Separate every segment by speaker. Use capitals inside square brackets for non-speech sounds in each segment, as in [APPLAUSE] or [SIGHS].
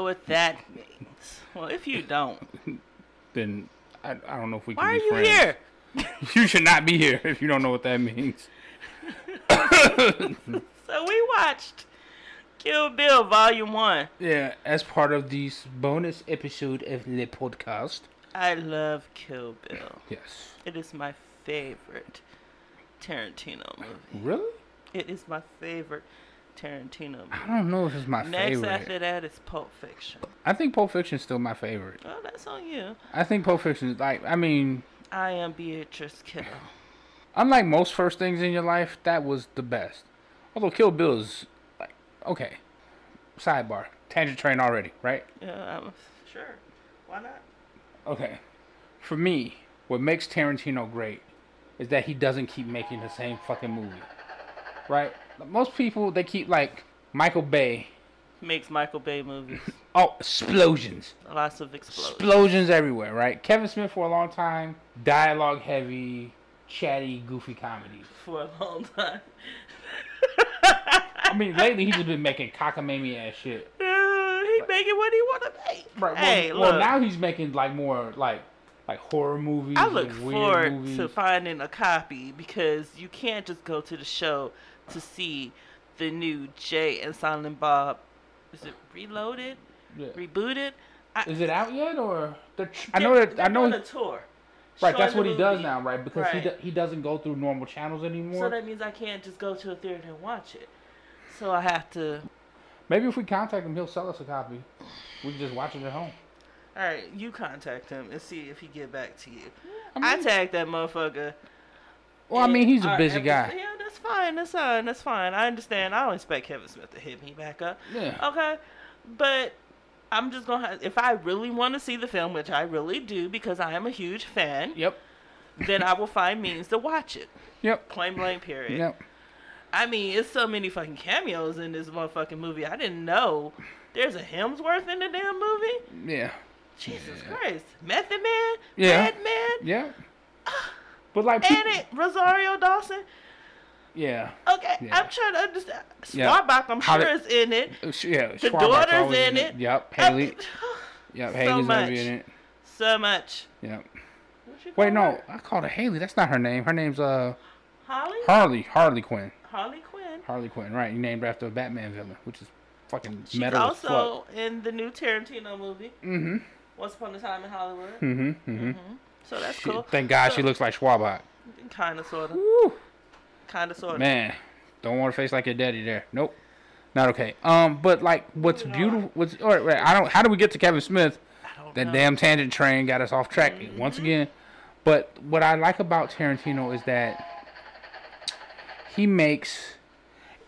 Speaker 1: what that means. Well, if you don't,
Speaker 2: then I, I don't know if we can
Speaker 1: why are
Speaker 2: be
Speaker 1: you
Speaker 2: friends.
Speaker 1: here?
Speaker 2: [LAUGHS] You should not be here if you don't know what that means.
Speaker 1: So we watched Kill Bill Volume 1.
Speaker 2: Yeah, as part of this bonus episode of the podcast.
Speaker 1: I love Kill Bill.
Speaker 2: Yes.
Speaker 1: It is my favorite Tarantino movie.
Speaker 2: Really?
Speaker 1: It is my favorite Tarantino movie.
Speaker 2: I don't know if it's my
Speaker 1: Next
Speaker 2: favorite.
Speaker 1: after that is Pulp Fiction.
Speaker 2: I think Pulp Fiction is still my favorite.
Speaker 1: Oh, that's on you.
Speaker 2: I think Pulp Fiction is like, I mean,
Speaker 1: I am Beatrice Kiddo.
Speaker 2: Oh. unlike most first things in your life, that was the best. Although Kill Bill is like, okay. Sidebar. Tangent train already, right?
Speaker 1: Yeah, I'm sure. Why not?
Speaker 2: Okay. For me, what makes Tarantino great is that he doesn't keep making the same fucking movie. Right? Most people, they keep like Michael Bay.
Speaker 1: Makes Michael Bay movies.
Speaker 2: Oh, explosions.
Speaker 1: Lots of explosions.
Speaker 2: Explosions everywhere, right? Kevin Smith for a long time, dialogue heavy, chatty, goofy comedies.
Speaker 1: for a long
Speaker 2: [LAUGHS]
Speaker 1: time.
Speaker 2: I
Speaker 1: [LAUGHS]
Speaker 2: mean, lately he's just been making cockamamie ass shit.
Speaker 1: Uh, he making what he want to make.
Speaker 2: Right. Well,
Speaker 1: hey,
Speaker 2: well,
Speaker 1: look.
Speaker 2: now he's making like more like like horror movies.
Speaker 1: I look
Speaker 2: and weird
Speaker 1: forward
Speaker 2: movies.
Speaker 1: to finding a copy because you can't just go to the show to see the new Jay and Silent Bob. Is it reloaded?
Speaker 2: Yeah.
Speaker 1: Rebooted? I,
Speaker 2: Is it out yet or? They're tr- I know that I know.
Speaker 1: on a tour.
Speaker 2: Right, that's
Speaker 1: showing
Speaker 2: what
Speaker 1: the
Speaker 2: he does
Speaker 1: movie.
Speaker 2: now, right? Because he
Speaker 1: Right.
Speaker 2: do- he doesn't go through normal channels anymore.
Speaker 1: So that means I can't just go to a theater and watch it. So I have to.
Speaker 2: Maybe if we contact him, he'll sell us a copy. We can just watch it at home.
Speaker 1: All right, you contact him and see if he get back to you.
Speaker 2: I
Speaker 1: I,
Speaker 2: mean-
Speaker 1: tagged that motherfucker.
Speaker 2: Well, I mean,
Speaker 1: in
Speaker 2: he's a
Speaker 1: our
Speaker 2: busy
Speaker 1: episode-
Speaker 2: guy.
Speaker 1: Yeah, that's fine. That's fine. That's fine. I understand. I don't expect Kevin Smith to hit me back up.
Speaker 2: Yeah.
Speaker 1: Okay, but I'm just gonna. Have, if I really want to see the film, which I really do, because I am a huge fan,
Speaker 2: Yep.
Speaker 1: then I will find means to watch it.
Speaker 2: Yep.
Speaker 1: Plain blank. Period.
Speaker 2: Yep.
Speaker 1: I mean, it's so many fucking cameos in this motherfucking movie. I didn't know there's a Hemsworth in the damn movie.
Speaker 2: Yeah.
Speaker 1: Jesus Christ, Method Man,
Speaker 2: Yeah.
Speaker 1: Redman,
Speaker 2: Yeah. But like,
Speaker 1: and it Rosario Dawson.
Speaker 2: yeah,
Speaker 1: Okay,
Speaker 2: Yeah.
Speaker 1: I'm trying to understand.
Speaker 2: Yeah.
Speaker 1: Starbuck, I'm
Speaker 2: How
Speaker 1: sure
Speaker 2: did-
Speaker 1: is in it.
Speaker 2: Uh, sh- yeah.
Speaker 1: The
Speaker 2: Schwarber's
Speaker 1: daughter's
Speaker 2: always
Speaker 1: in it.
Speaker 2: Yep.
Speaker 1: I-
Speaker 2: Haley. Yep.
Speaker 1: so
Speaker 2: Haley's gonna
Speaker 1: much.
Speaker 2: be in it.
Speaker 1: [SIGHS] so much. What
Speaker 2: Yep.
Speaker 1: you
Speaker 2: Wait,
Speaker 1: call
Speaker 2: no,
Speaker 1: her?
Speaker 2: I called her Haley. That's not her name. Her name's uh
Speaker 1: Holly,
Speaker 2: Harley. Harley Quinn.
Speaker 1: Harley Quinn.
Speaker 2: Harley Quinn. Right. You named her after a Batman villain, which is fucking
Speaker 1: She's
Speaker 2: metal as fuck.
Speaker 1: also in the new Tarantino movie,
Speaker 2: Mm-hmm.
Speaker 1: Once Upon a Time in Hollywood.
Speaker 2: Mm-hmm. Mm-hmm.
Speaker 1: So that's
Speaker 2: She-
Speaker 1: cool.
Speaker 2: Thank God she looks like Schwabot.
Speaker 1: Kind of, sort of.
Speaker 2: Woo.
Speaker 1: Kind of, sort of.
Speaker 2: Man, don't want a face like your daddy there. Nope. Not okay. Um, but like, what's
Speaker 1: Moving on.
Speaker 2: beautiful? What's all right, right? I don't. How do we get to Kevin Smith?
Speaker 1: I don't
Speaker 2: That
Speaker 1: know.
Speaker 2: damn tangent train got us off track
Speaker 1: Mm-hmm.
Speaker 2: once again. But what I like about Tarantino is that he makes,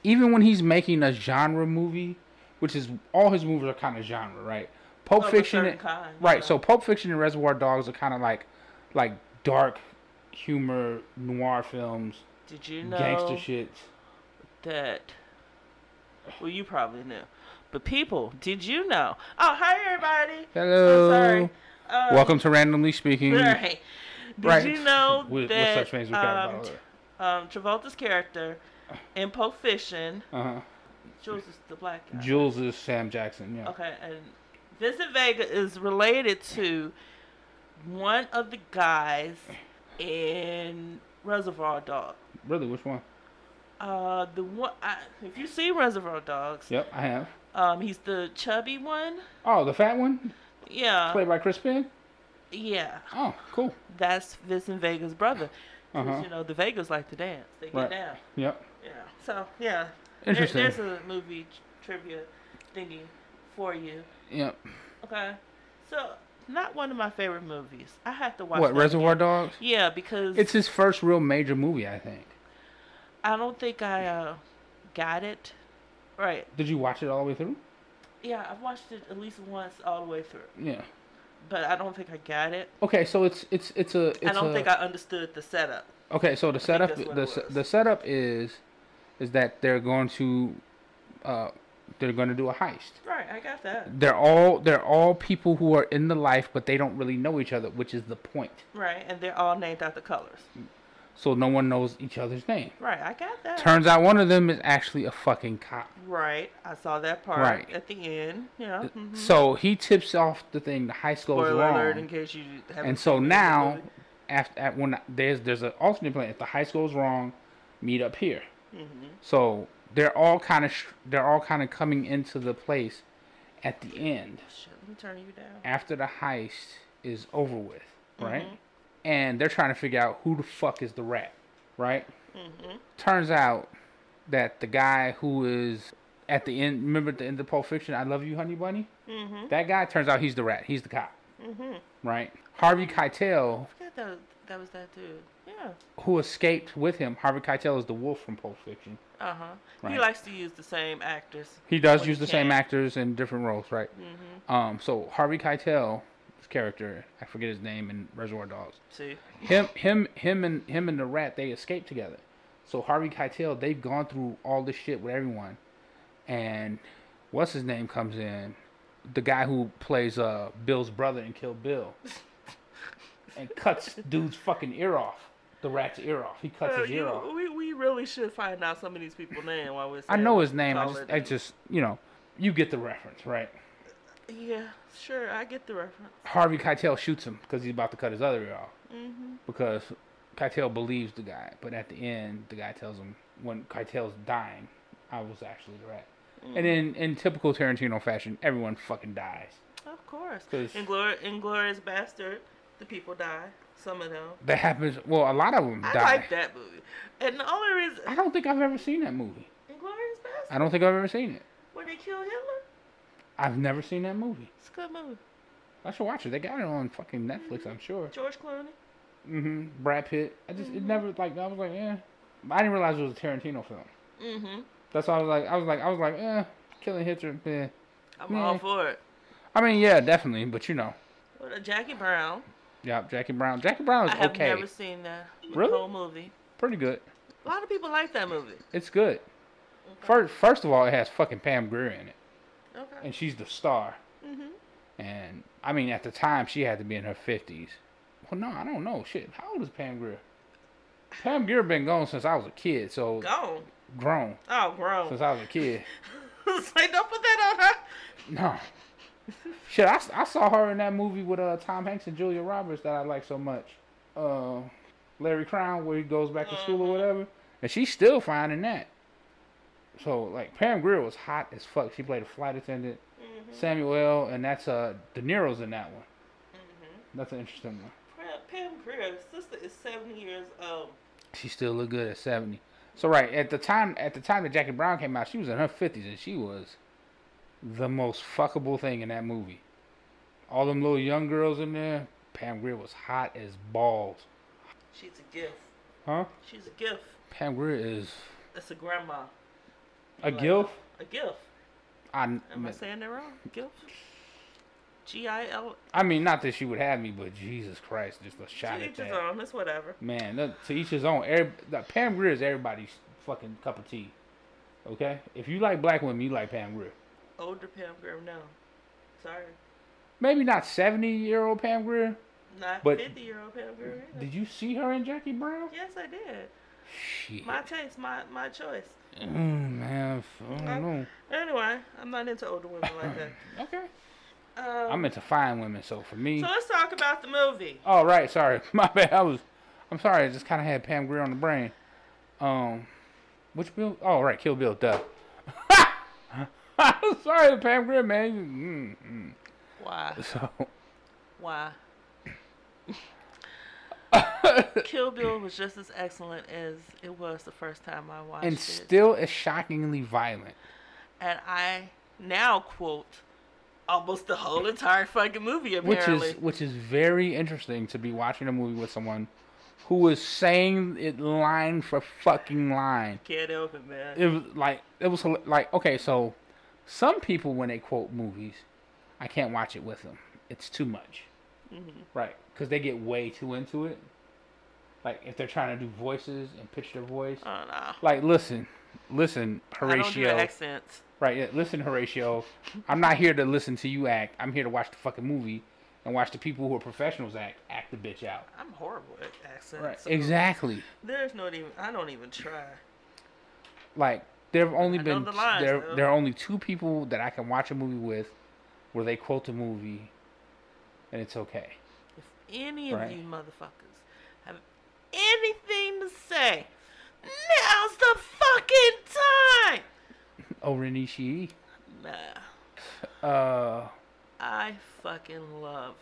Speaker 2: even when he's making a genre movie, which is all his movies are kind of genre, right? Pulp
Speaker 1: Of a
Speaker 2: Fiction,
Speaker 1: certain kind,
Speaker 2: right?
Speaker 1: yeah.
Speaker 2: So Pulp Fiction and Reservoir Dogs are kind of like, like dark humor noir films,
Speaker 1: Did you know
Speaker 2: gangster shit.
Speaker 1: that? Well, you probably knew. But people, did you know? Oh, hi everybody.
Speaker 2: Hello.
Speaker 1: I'm sorry. Um,
Speaker 2: Welcome to Randomly Speaking.
Speaker 1: Right. Did
Speaker 2: Right.
Speaker 1: you know
Speaker 2: With- with
Speaker 1: that
Speaker 2: such things we care
Speaker 1: um,
Speaker 2: about.
Speaker 1: t- um, Travolta's character in Pulp Fiction,
Speaker 2: Uh-huh.
Speaker 1: Jules is the black guy.
Speaker 2: Jules is Sam Jackson. Yeah.
Speaker 1: Okay, and Vincent Vega is related to one of the guys in Reservoir Dogs.
Speaker 2: Really, which one?
Speaker 1: Uh, the one I, if you see Reservoir Dogs,
Speaker 2: Yep, I have.
Speaker 1: um, he's the chubby one.
Speaker 2: Oh, the fat one,
Speaker 1: Yeah,
Speaker 2: played by Chris Penn.
Speaker 1: yeah,
Speaker 2: Oh, cool.
Speaker 1: that's Vincent Vega's brother. 'Cause,
Speaker 2: Uh-huh.
Speaker 1: You know, the Vegas like to dance. They get
Speaker 2: Right.
Speaker 1: down.
Speaker 2: Yep.
Speaker 1: Yeah. So yeah, there-
Speaker 2: Interesting.
Speaker 1: there's a movie tr- trivia thingy for you.
Speaker 2: Yep.
Speaker 1: Okay, so not one of my favorite movies. I have to watch.
Speaker 2: What
Speaker 1: that
Speaker 2: Reservoir
Speaker 1: again.
Speaker 2: Dogs?
Speaker 1: Yeah, because
Speaker 2: It's his first real major movie, I think.
Speaker 1: I don't think I uh, got it right.
Speaker 2: Did you watch it all the way through?
Speaker 1: Yeah, I've watched it at least once all the way through,
Speaker 2: Yeah.
Speaker 1: but I don't think I got it.
Speaker 2: Okay, so it's it's it's a. It's
Speaker 1: I don't
Speaker 2: a,
Speaker 1: think I understood the setup.
Speaker 2: Okay, so the setup
Speaker 1: that's what
Speaker 2: the
Speaker 1: it
Speaker 2: se-
Speaker 1: was.
Speaker 2: the setup is, is that they're going to, uh, they're going to do a heist.
Speaker 1: Right, I got that.
Speaker 2: They're all they're all people who are in the life, but they don't really know each other, which is the point.
Speaker 1: Right, and they're all named after colors.
Speaker 2: so no one knows each other's name.
Speaker 1: Right, I got that.
Speaker 2: Turns out one of them is actually a fucking cop.
Speaker 1: right, I saw that part
Speaker 2: Right.
Speaker 1: at the end. Yeah. mhm.
Speaker 2: So he tips off the thing. The heist goes
Speaker 1: Spoiler
Speaker 2: wrong.
Speaker 1: alert in case you haven't.
Speaker 2: and
Speaker 1: seen
Speaker 2: so
Speaker 1: it.
Speaker 2: now, after at when there's there's an alternate plan. If the heist goes wrong, meet up here.
Speaker 1: Mm-hmm.
Speaker 2: So they're all kind of they're all kind of coming into the place at the end
Speaker 1: Shit, let me turn you down.
Speaker 2: after the heist is over with, right? And they're trying to figure out who the fuck is the rat, right? Mm-hmm. Turns out that the guy who is at the end, remember at the end of Pulp Fiction, I Love You, Honey Bunny? Mm-hmm. That guy turns out he's the rat. He's the cop, mm-hmm. right? Harvey
Speaker 1: I
Speaker 2: Keitel,
Speaker 1: forgot that, that was that dude. Yeah.
Speaker 2: who escaped with him, Harvey Keitel is the wolf from Pulp Fiction.
Speaker 1: Uh huh. He
Speaker 2: Right.
Speaker 1: likes to use the same actors.
Speaker 2: He does
Speaker 1: Well,
Speaker 2: use
Speaker 1: you
Speaker 2: the same
Speaker 1: can't.
Speaker 2: actors in different roles, right? Um, so Harvey Keitel's character, I forget his name in Reservoir Dogs.
Speaker 1: too.
Speaker 2: him, him, him, and him and the rat they escaped together. So Harvey Keitel, they've gone through all this shit with everyone, and what's his name comes in, the guy who plays uh Bill's brother in Kill Bill, and cuts dude's fucking ear off, the rat's ear off. He cuts
Speaker 1: Well,
Speaker 2: his ear
Speaker 1: you-
Speaker 2: off.
Speaker 1: we, we really should find out some of these people's name while we're.
Speaker 2: I
Speaker 1: saying
Speaker 2: know his name. I
Speaker 1: call
Speaker 2: just,
Speaker 1: it
Speaker 2: I
Speaker 1: and-
Speaker 2: just, you know, you get the reference, right?
Speaker 1: Yeah, sure. I get the reference.
Speaker 2: Harvey Keitel shoots him because he's about to cut his other ear off.
Speaker 1: Mm-hmm.
Speaker 2: Because Keitel believes the guy, but at the end, the guy tells him when Keitel's dying, I was actually the rat.
Speaker 1: Mm.
Speaker 2: And then, in typical Tarantino fashion, everyone fucking dies.
Speaker 1: Of course.
Speaker 2: 'Cause-
Speaker 1: Inglor- Inglorious Bastard. The people die. Some of them.
Speaker 2: That happens. Well, a lot of them
Speaker 1: I
Speaker 2: die.
Speaker 1: like that movie. And the only reason
Speaker 2: I don't think I've ever seen that movie.
Speaker 1: Inglorious
Speaker 2: I
Speaker 1: Bastard
Speaker 2: don't think I've ever seen it.
Speaker 1: when they kill Hitler.
Speaker 2: I've never seen that movie.
Speaker 1: It's a good movie.
Speaker 2: I should watch it. They got it on fucking Netflix, I'm sure.
Speaker 1: George Clooney.
Speaker 2: hmm Brad Pitt. I just it
Speaker 1: Mm-hmm.
Speaker 2: never like I was like, eh. I didn't realize it was a Tarantino film.
Speaker 1: Mm-hmm.
Speaker 2: That's why I was like, I was like, I was like, eh, Killing Hitler. Eh.
Speaker 1: I'm all
Speaker 2: Yeah.
Speaker 1: for it.
Speaker 2: I mean, yeah, definitely, but you know,
Speaker 1: What a Jackie Brown.
Speaker 2: yeah, Jackie Brown. Jackie Brown
Speaker 1: I
Speaker 2: is
Speaker 1: have
Speaker 2: okay,
Speaker 1: never seen that
Speaker 2: Really?
Speaker 1: whole movie.
Speaker 2: pretty good.
Speaker 1: A lot of people like that movie.
Speaker 2: It's good. First, first of all, it has fucking Pam Grier in it,
Speaker 1: Okay.
Speaker 2: and she's the star.
Speaker 1: Mhm.
Speaker 2: And I mean, at the time, she had to be in her fifties. Well, no, I don't know. Shit, how old is Pam Grier? Pam Grier been gone since I was a kid, so
Speaker 1: Gone.
Speaker 2: grown
Speaker 1: Oh, grown.
Speaker 2: since I was a kid.
Speaker 1: [LAUGHS] It's like, don't put that on her.
Speaker 2: No. Shit, I, I saw her in that movie with uh, Tom Hanks and Julia Roberts that I like so much. Uh, Larry Crown, where he goes back to school or whatever. And she's still fine in that. So, like, Pam Grier was hot as fuck. She played a flight attendant. Samuel L., and that's uh, De Niro's in that one. That's an interesting one.
Speaker 1: Pam- Pam Grier, sister is 70 years old.
Speaker 2: She still looked good at 70. So, right, at the time at the time that Jackie Brown came out, she was in her 50s, and she was the most fuckable thing in that movie. All them little young girls in there, Pam Grier was hot as balls.
Speaker 1: She's a gift.
Speaker 2: Huh?
Speaker 1: She's a gift.
Speaker 2: Pam Grier is
Speaker 1: That's a grandma.
Speaker 2: a
Speaker 1: Like,
Speaker 2: gilf.
Speaker 1: A gift.
Speaker 2: I,
Speaker 1: Am I saying that wrong? Gift? G I L.
Speaker 2: I mean, not that she would have me, but Jesus Christ, just a
Speaker 1: To
Speaker 2: shot at
Speaker 1: each his
Speaker 2: that.
Speaker 1: own. It's whatever.
Speaker 2: Man, that- to each his own. Every, that Pam Grier is everybody's fucking cup of tea. Okay? If you like black women, you like Pam Grier.
Speaker 1: Older Pam Grier, no. Sorry.
Speaker 2: Maybe not 70 year old Pam Grier,
Speaker 1: Not
Speaker 2: But-
Speaker 1: 50 year old Pam Grier. either.
Speaker 2: Did you see her in Jackie Brown?
Speaker 1: Yes, I did.
Speaker 2: Shit.
Speaker 1: My taste, my, my choice.
Speaker 2: Mm, man, f- I
Speaker 1: I-
Speaker 2: don't know.
Speaker 1: Anyway, I'm not into older women like that.
Speaker 2: Okay.
Speaker 1: Um,
Speaker 2: I'm into fine women, so for me.
Speaker 1: so let's talk about the movie.
Speaker 2: oh, right. Sorry, [LAUGHS] my bad. I was. I'm sorry. I just kind of had Pam Grier on the brain. Um, which Bill? Oh, right. Kill Bill. Duh. [LAUGHS] I'm sorry, Pam Grier, man. Mm,
Speaker 1: Why?
Speaker 2: mm. So. [LAUGHS]
Speaker 1: Why? Kill Bill was just as excellent as it was the first time I watched
Speaker 2: and
Speaker 1: it.
Speaker 2: still is shockingly violent.
Speaker 1: and I now quote almost the whole entire fucking movie
Speaker 2: which
Speaker 1: apparently.
Speaker 2: is which is very interesting to be watching a movie with someone who was saying it line for fucking line.
Speaker 1: Can't help it, man.
Speaker 2: It was like it was hila- like okay, so some people when they quote movies, I can't watch it with them. It's too much,
Speaker 1: Mm-hmm.
Speaker 2: right? Because they get way too into it. Like if they're trying to do voices and pitch their voice.
Speaker 1: I don't know.
Speaker 2: Like listen, listen,
Speaker 1: Uh. Oh,
Speaker 2: Horatio.
Speaker 1: I don't do accents.
Speaker 2: Right. Yeah. Listen, Horatio. I'm not here to listen to you act. I'm here to watch the fucking movie and watch the people who are professionals act act the bitch out.
Speaker 1: I'm horrible at accents.
Speaker 2: Right.
Speaker 1: so
Speaker 2: Exactly.
Speaker 1: There's not even. I don't even try.
Speaker 2: Like there have only
Speaker 1: I know
Speaker 2: been
Speaker 1: the lines,
Speaker 2: there
Speaker 1: though.
Speaker 2: there are only two people that I can watch a movie with where they quote the movie and it's okay.
Speaker 1: If any of
Speaker 2: Right.
Speaker 1: you motherfuckers have anything to say, now's the fucking time.
Speaker 2: Oh Renishi.
Speaker 1: Nah,
Speaker 2: Uh
Speaker 1: I fucking love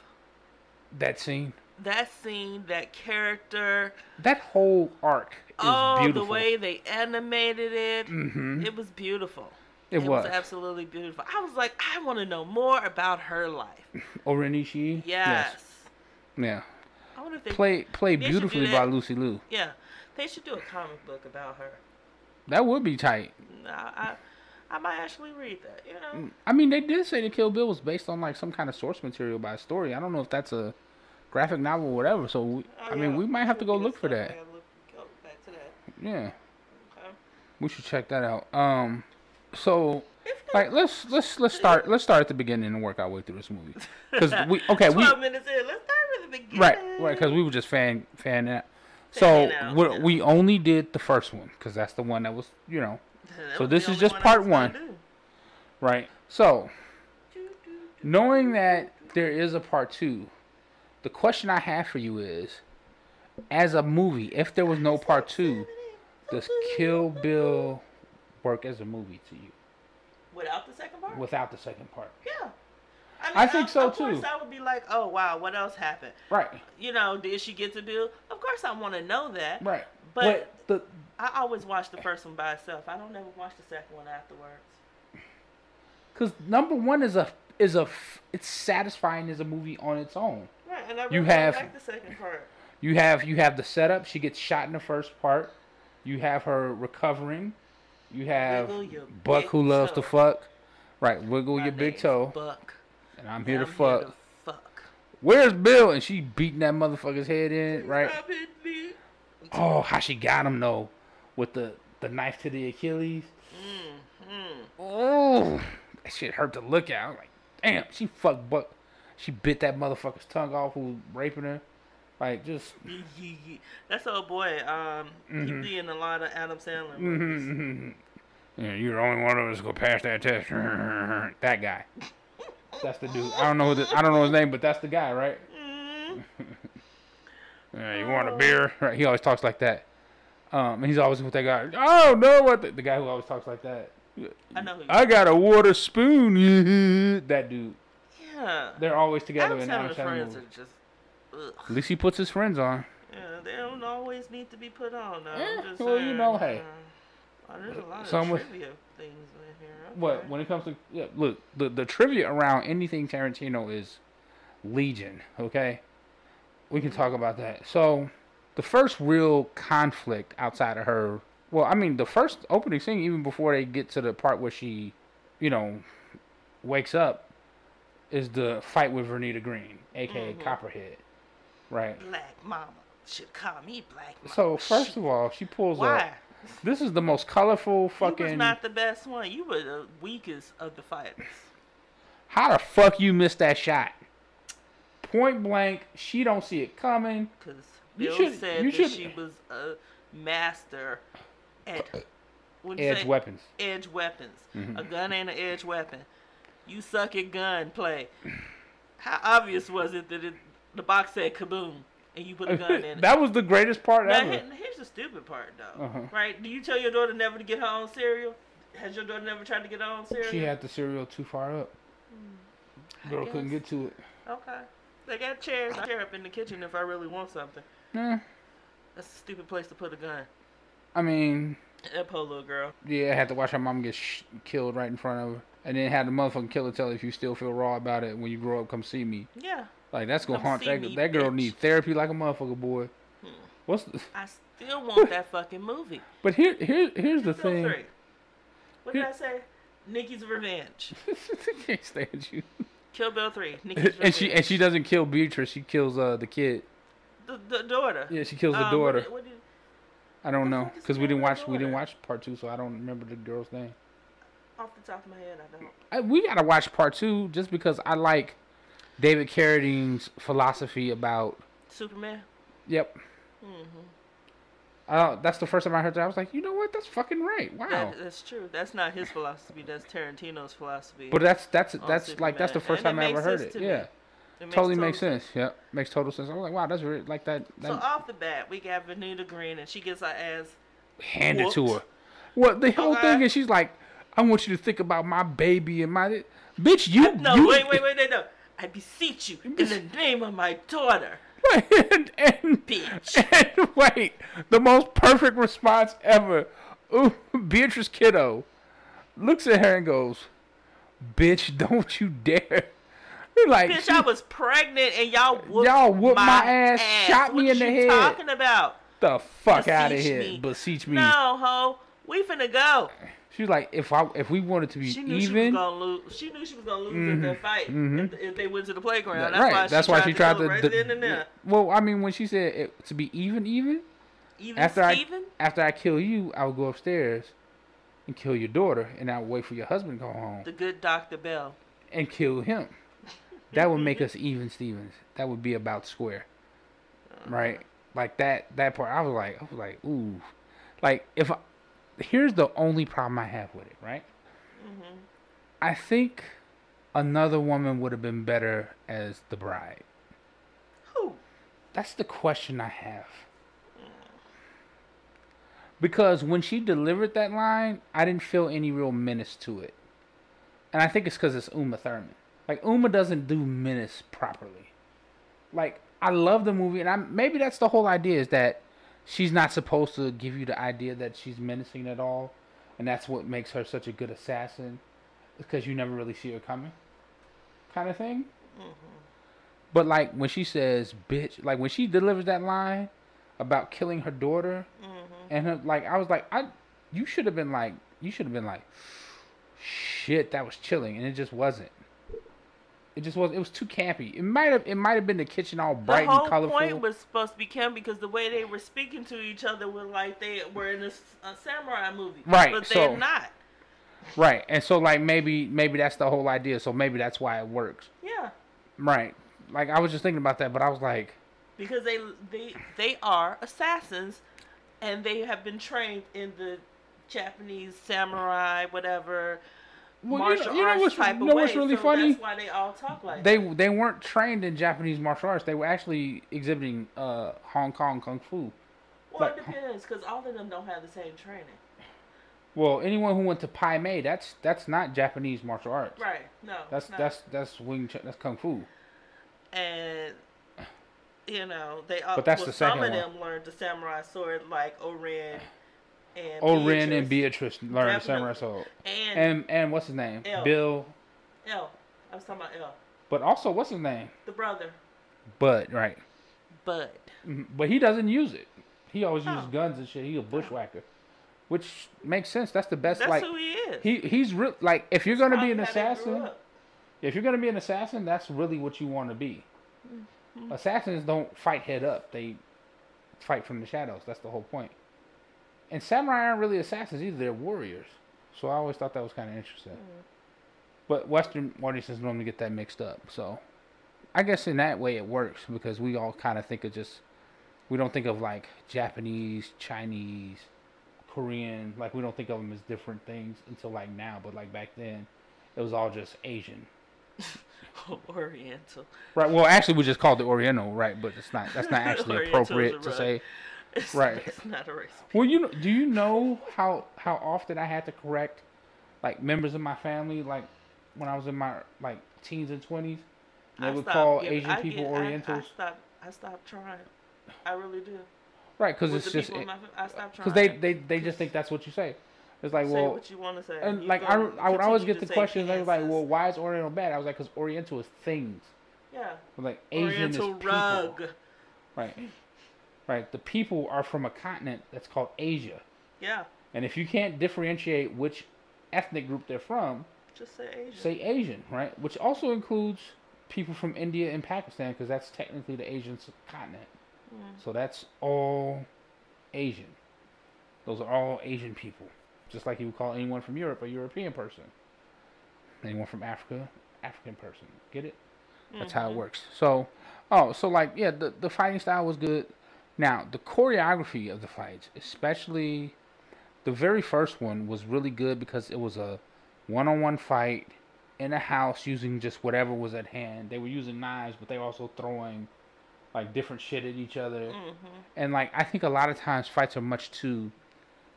Speaker 2: that scene.
Speaker 1: that scene, that character,
Speaker 2: That whole arc is
Speaker 1: oh,
Speaker 2: beautiful.
Speaker 1: the way they animated it.
Speaker 2: mm-hmm.
Speaker 1: It was beautiful.
Speaker 2: It, was.
Speaker 1: absolutely beautiful. I was like, I want to know more about her
Speaker 2: [LAUGHS]
Speaker 1: life. Yes.
Speaker 2: Oh Renishi. Yeah.
Speaker 1: I wonder if they.
Speaker 2: Play play
Speaker 1: They should do
Speaker 2: beautifully
Speaker 1: that.
Speaker 2: by Lucy Liu.
Speaker 1: Yeah, they should do a comic book about her.
Speaker 2: That would be tight.
Speaker 1: Nah, I, I might actually read that. You know.
Speaker 2: I mean, they did say that Kill Bill was based on like some kind of source material by a story. I don't know if that's a graphic novel or whatever. So we,
Speaker 1: Oh,
Speaker 2: I mean,
Speaker 1: yeah.
Speaker 2: we might have to go
Speaker 1: We'll get
Speaker 2: look for
Speaker 1: stuff.
Speaker 2: that.
Speaker 1: Yeah, look- go back to that.
Speaker 2: Yeah,
Speaker 1: Okay.
Speaker 2: we should check that out. Um, so
Speaker 1: If not,
Speaker 2: like let's let's let's start let's start at the beginning and work our way through this movie because we okay we
Speaker 1: twelve minutes in. Let's start with the beginning.
Speaker 2: right right because we were just fan fan out. So
Speaker 1: Fanning out,
Speaker 2: we're,
Speaker 1: yeah.
Speaker 2: we only did the first one because that's the one that was you know
Speaker 1: That
Speaker 2: so
Speaker 1: was
Speaker 2: this
Speaker 1: the
Speaker 2: is
Speaker 1: only
Speaker 2: just
Speaker 1: I
Speaker 2: part
Speaker 1: was gonna
Speaker 2: right. So
Speaker 1: do. Do, do, do.
Speaker 2: knowing that there is a part two, the question I have for you is, as a movie, if there was no part two, does Kill Bill work as a movie to you
Speaker 1: Without the second part.
Speaker 2: without the second part?
Speaker 1: yeah. I,
Speaker 2: I think
Speaker 1: of-
Speaker 2: so,
Speaker 1: of course
Speaker 2: too.
Speaker 1: I would be like, oh wow, what else happened?
Speaker 2: Right,
Speaker 1: You know, did she get to Bill? Of course I want to know that.
Speaker 2: right. But,
Speaker 1: But-
Speaker 2: the
Speaker 1: I always watch the first one by itself. I don't ever watch the second one afterwards.
Speaker 2: because number one is a is a f- it's satisfying as a movie on its own.
Speaker 1: Right, and I really
Speaker 2: You have-
Speaker 1: like the second part.
Speaker 2: You have you have the setup. She gets shot in the first part. You have her recovering. You have
Speaker 1: Wiggle your
Speaker 2: Buck
Speaker 1: big
Speaker 2: who loves
Speaker 1: toe.
Speaker 2: to fuck. Right, wiggle
Speaker 1: My
Speaker 2: your big
Speaker 1: name's
Speaker 2: toe.
Speaker 1: Buck.
Speaker 2: and I'm here
Speaker 1: and
Speaker 2: to
Speaker 1: I'm
Speaker 2: fuck.
Speaker 1: Here to fuck.
Speaker 2: Where's Bill? And she beating that motherfucker's head
Speaker 1: [LAUGHS]
Speaker 2: in, right?
Speaker 1: Stop it, Lee.
Speaker 2: Oh, how she got him though, with the the knife to the Achilles. Oh, that shit hurt to look at. I'm like, damn, she fucked Buck. She bit that motherfucker's tongue off who was raping her. Like, [LAUGHS] just
Speaker 1: Yee, yee, yee. Mm-hmm. That's old boy. Um, he
Speaker 2: Mm-hmm.
Speaker 1: be in a lot of Adam Sandler movies.
Speaker 2: yeah, you're the only one of us go pass that test. [LAUGHS] that guy. That's the dude. I don't know. Who the, I don't know his name, but that's the guy, right?
Speaker 1: Mm,
Speaker 2: Yeah, you want a beer? [LAUGHS] Right. He always talks like that. Um, and he's always with that guy. Oh no, what the, the guy who always talks like that.
Speaker 1: I know. Who
Speaker 2: I got a water spoon. [LAUGHS] that dude.
Speaker 1: yeah.
Speaker 2: They're always together
Speaker 1: Adam
Speaker 2: in
Speaker 1: Sandler
Speaker 2: Adam Sandler
Speaker 1: friends are
Speaker 2: movies.
Speaker 1: just. Ugh.
Speaker 2: At least he puts his friends on.
Speaker 1: Yeah, they don't always need to be put on. Though. I'm
Speaker 2: Yeah,
Speaker 1: just
Speaker 2: Eh, well, you
Speaker 1: saying,
Speaker 2: know, hey.
Speaker 1: uh, there's a lot
Speaker 2: Some
Speaker 1: of
Speaker 2: with-
Speaker 1: trivia things in here. Okay.
Speaker 2: What when it comes to yeah, look the the trivia around anything Tarantino is legion. Okay, we can talk about that. So the first real conflict outside of her. Well, I mean the first opening scene, even before they get to the part where she, you know, wakes up, is the fight with Vernita Green, aka
Speaker 1: Mm-hmm.
Speaker 2: Copperhead, right?
Speaker 1: Black Mama should call me Black Mama.
Speaker 2: So first
Speaker 1: Shit,
Speaker 2: of all, she pulls
Speaker 1: why?
Speaker 2: up. This is the most colorful
Speaker 1: You was
Speaker 2: fucking.
Speaker 1: not the best one. You were the weakest of the fighters.
Speaker 2: How the fuck you missed that shot? Point blank, she don't see it coming.
Speaker 1: Because
Speaker 2: You
Speaker 1: Bill
Speaker 2: should-
Speaker 1: said
Speaker 2: you
Speaker 1: that
Speaker 2: should-
Speaker 1: she was a master at what'd you
Speaker 2: Uh, Edge Mm-hmm.
Speaker 1: say?
Speaker 2: weapons.
Speaker 1: edge weapons. A gun ain't an edge weapon. You suck at gun play. How obvious was it that it, the box said kaboom and you put a
Speaker 2: [LAUGHS]
Speaker 1: gun in it?
Speaker 2: that was the greatest part
Speaker 1: Now,
Speaker 2: ever.
Speaker 1: here- here's the stupid part, though.
Speaker 2: Uh-huh.
Speaker 1: Right? Do you tell your daughter never to get her own cereal? Has your daughter never tried to get her own cereal?
Speaker 2: She had the cereal too far up. Girl couldn't
Speaker 1: guess.
Speaker 2: get to it.
Speaker 1: Okay. They got chairs. I chair up in the kitchen if I really want something.
Speaker 2: Nah,
Speaker 1: That's a stupid place to put a gun.
Speaker 2: I mean,
Speaker 1: That poor little girl.
Speaker 2: yeah, I had to watch her mom get sh- killed right in front of her, and then had the motherfucking killer tell her if you still feel raw about it when you grow up, come see me.
Speaker 1: Yeah.
Speaker 2: Like that's gonna
Speaker 1: Come
Speaker 2: haunt
Speaker 1: see
Speaker 2: that.
Speaker 1: me,
Speaker 2: that girl
Speaker 1: bitch. Hmm.
Speaker 2: needs therapy like a motherfucker, boy. What's the,
Speaker 1: I still want that fucking movie.
Speaker 2: [LAUGHS] but here here here's the
Speaker 1: Two,
Speaker 2: thing.
Speaker 1: three. What did I say? Nikki's Revenge.
Speaker 2: [LAUGHS] I can't stand you.
Speaker 1: Kill Bill
Speaker 2: [LAUGHS]
Speaker 1: 3. Nikki's Revenge.
Speaker 2: and she and she doesn't kill Beatrice. She kills uh the kid.
Speaker 1: The, the daughter.
Speaker 2: Yeah, she kills the
Speaker 1: Um,
Speaker 2: daughter.
Speaker 1: What, what did,
Speaker 2: I don't
Speaker 1: the
Speaker 2: know
Speaker 1: fuck is
Speaker 2: because we
Speaker 1: wrong
Speaker 2: didn't
Speaker 1: with
Speaker 2: watch we didn't
Speaker 1: daughter?
Speaker 2: watch part two, so I don't remember the girl's name.
Speaker 1: off the top of my head, I don't.
Speaker 2: I, we gotta watch part two just because I like David Carradine's philosophy about
Speaker 1: Superman.
Speaker 2: yep.
Speaker 1: Mm-hmm.
Speaker 2: Uh, that's the first time I heard that. I was like, you know what? That's fucking right. Wow.
Speaker 1: That, that's true. That's not his philosophy. That's Tarantino's philosophy.
Speaker 2: but that's that's
Speaker 1: On
Speaker 2: that's like that's the
Speaker 1: Superman.
Speaker 2: first
Speaker 1: And
Speaker 2: time
Speaker 1: it
Speaker 2: I ever
Speaker 1: makes
Speaker 2: heard
Speaker 1: sense
Speaker 2: it.
Speaker 1: to me.
Speaker 2: Yeah,
Speaker 1: It
Speaker 2: totally
Speaker 1: total
Speaker 2: makes sense. Yep, makes total sense. I was like, wow, that's really like that. that
Speaker 1: So off the bat, we got Vanita Green, and she gets her ass.
Speaker 2: handed to her.
Speaker 1: whooped.
Speaker 2: Well, the whole
Speaker 1: Okay.
Speaker 2: thing is she's like, I want you to think about my baby and my bitch. You
Speaker 1: No,
Speaker 2: you,
Speaker 1: wait, wait, wait, no, no. I beseech you, in the name of my daughter,
Speaker 2: [LAUGHS] and, and,
Speaker 1: Bitch.
Speaker 2: and wait, the most perfect response ever. Ooh, Beatrice Kiddo looks at her and goes, "Bitch, don't you dare!" Like,
Speaker 1: bitch.
Speaker 2: she-
Speaker 1: I was pregnant, and y'all whooped
Speaker 2: Y'all whooped my ass, shot me
Speaker 1: What
Speaker 2: in the
Speaker 1: you
Speaker 2: head.
Speaker 1: Talking about
Speaker 2: the fuck out of
Speaker 1: Beseech
Speaker 2: here,
Speaker 1: me.
Speaker 2: beseech me.
Speaker 1: no, ho. We finna go.
Speaker 2: She's like, if I if we wanted to be
Speaker 1: She knew she was
Speaker 2: even, Mm-hmm.
Speaker 1: gonna lose. She knew she was gonna lose in that fight if, if they went to the playground.
Speaker 2: Yeah,
Speaker 1: That's why.
Speaker 2: That's why she tried to.
Speaker 1: do it right
Speaker 2: d-
Speaker 1: then and there.
Speaker 2: Well, I mean, when she said it, to be even, even
Speaker 1: Even
Speaker 2: after
Speaker 1: Steven?
Speaker 2: I after I kill you, I will go upstairs and kill your daughter, and I will wait for your husband to come home
Speaker 1: the good Doctor Bell.
Speaker 2: and kill him. That would make us even, Stevens. That would be about square, right? Like that that part. I was like, I was like, ooh, like if I, here's the only problem I have with it, right? I think another woman would have been better as the bride.
Speaker 1: Who?
Speaker 2: That's the question I have. Because when she delivered that line, I didn't feel any real menace to it. And I think it's because it's Uma Thurman. Like, Uma doesn't do menace properly. Like, I love the movie, and I, maybe that's the whole idea is that she's not supposed to give you the idea that she's menacing at all. And that's what makes her such a good assassin, because you never really see her coming, kind of thing.
Speaker 1: Mm-hmm.
Speaker 2: But like when she says "bitch," like when she delivers that line about killing her daughter,
Speaker 1: Mm-hmm.
Speaker 2: and her, like I was like, I, you should have been like, you should have been like, shit, that was chilling, and it just wasn't. It just was. It was too campy. It might have. It might have been the kitchen all
Speaker 1: The
Speaker 2: bright
Speaker 1: whole
Speaker 2: and colorful.
Speaker 1: point was supposed to be Kim because the way they were speaking to each other was like they were in a, s- a samurai movie.
Speaker 2: Right,
Speaker 1: But
Speaker 2: so-
Speaker 1: they're not.
Speaker 2: right, and so like maybe maybe that's the whole idea. So maybe that's why it works.
Speaker 1: Yeah.
Speaker 2: Right. Like I was just thinking about that, but I was like,
Speaker 1: Because they they they are assassins, and they have been trained in the Japanese samurai whatever
Speaker 2: well,
Speaker 1: martial
Speaker 2: you know, you know
Speaker 1: arts
Speaker 2: what's,
Speaker 1: type
Speaker 2: you
Speaker 1: of
Speaker 2: know what's
Speaker 1: way.
Speaker 2: really
Speaker 1: so
Speaker 2: funny?
Speaker 1: That's why they all talk like
Speaker 2: they they weren't trained in Japanese martial arts. They were actually exhibiting uh, Hong Kong kung fu.
Speaker 1: Well, it
Speaker 2: like-
Speaker 1: depends because all of them don't have the same training.
Speaker 2: Well, anyone who went to Pai Mei, that's that's not Japanese martial arts.
Speaker 1: Right. No.
Speaker 2: That's
Speaker 1: it's not.
Speaker 2: that's that's wing Chun- that's kung fu.
Speaker 1: and you know they all.
Speaker 2: But that's
Speaker 1: well,
Speaker 2: the
Speaker 1: some
Speaker 2: second
Speaker 1: of
Speaker 2: one.
Speaker 1: them learned the samurai sword like Oren and
Speaker 2: Oren and
Speaker 1: Beatrice
Speaker 2: Beatrice learned samurai
Speaker 1: Definitely.
Speaker 2: sword.
Speaker 1: and,
Speaker 2: And and what's his name?
Speaker 1: L.
Speaker 2: Bill.
Speaker 1: L. I was talking about L,
Speaker 2: But also what's his name?
Speaker 1: the brother,
Speaker 2: Bud, right?
Speaker 1: Bud.
Speaker 2: Mhm. But he doesn't use it. He always uses
Speaker 1: Oh.
Speaker 2: guns and shit. He's a bushwhacker, which makes sense. That's the best.
Speaker 1: That's
Speaker 2: like
Speaker 1: who he is.
Speaker 2: he he's real. Like if you're gonna be an
Speaker 1: That's how they grew
Speaker 2: assassin,
Speaker 1: up. [LAUGHS]
Speaker 2: if you're gonna be an assassin, that's really what you want to be. Assassins don't fight head up; they fight from the shadows. That's the whole point. And samurai aren't really assassins either; they're warriors. So I always thought that was kind of interesting. But Western audiences normally get that mixed up. So I guess in that way it works because we all kind of think of just we don't think of like Japanese, Chinese, Korean. Like we don't think of them as different things until like now. But like back then, it was all just Asian.
Speaker 1: Oriental. [LAUGHS]
Speaker 2: Right. Well, actually, we just called it Oriental, right? But it's not. That's not actually
Speaker 1: Oriental is a
Speaker 2: appropriate to
Speaker 1: rug.
Speaker 2: say.
Speaker 1: It's,
Speaker 2: Right.
Speaker 1: It's not a race.
Speaker 2: Well, you know, do you know how how often I had to correct like members of my family, like when I was in my like teens and twenties, they
Speaker 1: I
Speaker 2: would
Speaker 1: stopped
Speaker 2: call
Speaker 1: giving-
Speaker 2: Asian
Speaker 1: I
Speaker 2: people
Speaker 1: get- I-
Speaker 2: Orientals,
Speaker 1: I, stopped. I stopped trying. I really do.
Speaker 2: Right, 'cause right?
Speaker 1: With
Speaker 2: Because it's
Speaker 1: the
Speaker 2: just
Speaker 1: people in my, fam- I stopped trying.
Speaker 2: because they, they they just think that's what you say. It's like
Speaker 1: say
Speaker 2: well,
Speaker 1: what you want to say.
Speaker 2: and
Speaker 1: You
Speaker 2: like I,
Speaker 1: gonna
Speaker 2: I would always
Speaker 1: continue
Speaker 2: get
Speaker 1: to
Speaker 2: the
Speaker 1: say
Speaker 2: question they were like,
Speaker 1: Kansas.
Speaker 2: well, why is Oriental bad? I was like, because Oriental is things,
Speaker 1: yeah,
Speaker 2: like Asian is
Speaker 1: Oriental
Speaker 2: people.
Speaker 1: rug.
Speaker 2: Right. Right. The people are from a continent that's called Asia.
Speaker 1: Yeah,
Speaker 2: And if you can't differentiate which ethnic group they're from,
Speaker 1: just say Asian.
Speaker 2: say Asian, right? Which also includes people from India and Pakistan because that's technically the Asian s- continent. So that's all Asian. Those are all Asian people. Just like you would call anyone from Europe a European person. Anyone from Africa, African person. Get it? That's how it works. So, oh, so like yeah, the the fighting style was good. Now the choreography of the fights, especially the very first one, was really good because it was a one-on-one fight in a house using just whatever was at hand. They were using knives, but they were also throwing like different shit at each other. And like I think a lot of times fights are much too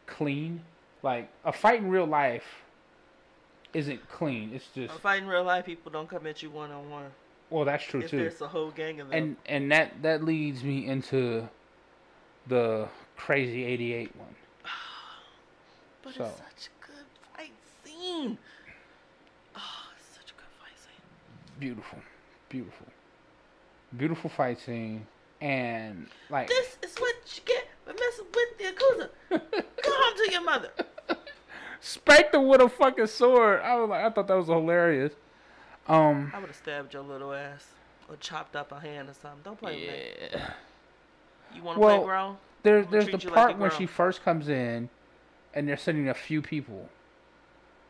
Speaker 2: clean. Like a fight in real life isn't clean. It's just
Speaker 1: I'm fighting real life people don't come at you one on one.
Speaker 2: well, that's true
Speaker 1: If
Speaker 2: too.
Speaker 1: there's a whole gang of them.
Speaker 2: And and that that leads me into the crazy '88 one.
Speaker 1: but
Speaker 2: so.
Speaker 1: it's such a good fight scene. Oh, it's such a good fight scene.
Speaker 2: Beautiful, beautiful, beautiful fight scene, and like
Speaker 1: This is what you get for messing with the Yakuza.
Speaker 2: [LAUGHS]
Speaker 1: Go home to your mother.
Speaker 2: spanked him with a fucking sword. I was like, I thought that was hilarious. Um,
Speaker 1: I would have stabbed your little ass or chopped up a hand or something. Don't play with me.
Speaker 2: yeah.
Speaker 1: You want to
Speaker 2: Well,
Speaker 1: play grown?
Speaker 2: There,
Speaker 1: I'ma
Speaker 2: there's
Speaker 1: treat
Speaker 2: the
Speaker 1: you like
Speaker 2: part
Speaker 1: a
Speaker 2: when
Speaker 1: girl.
Speaker 2: she first comes in, and they're sending a few people,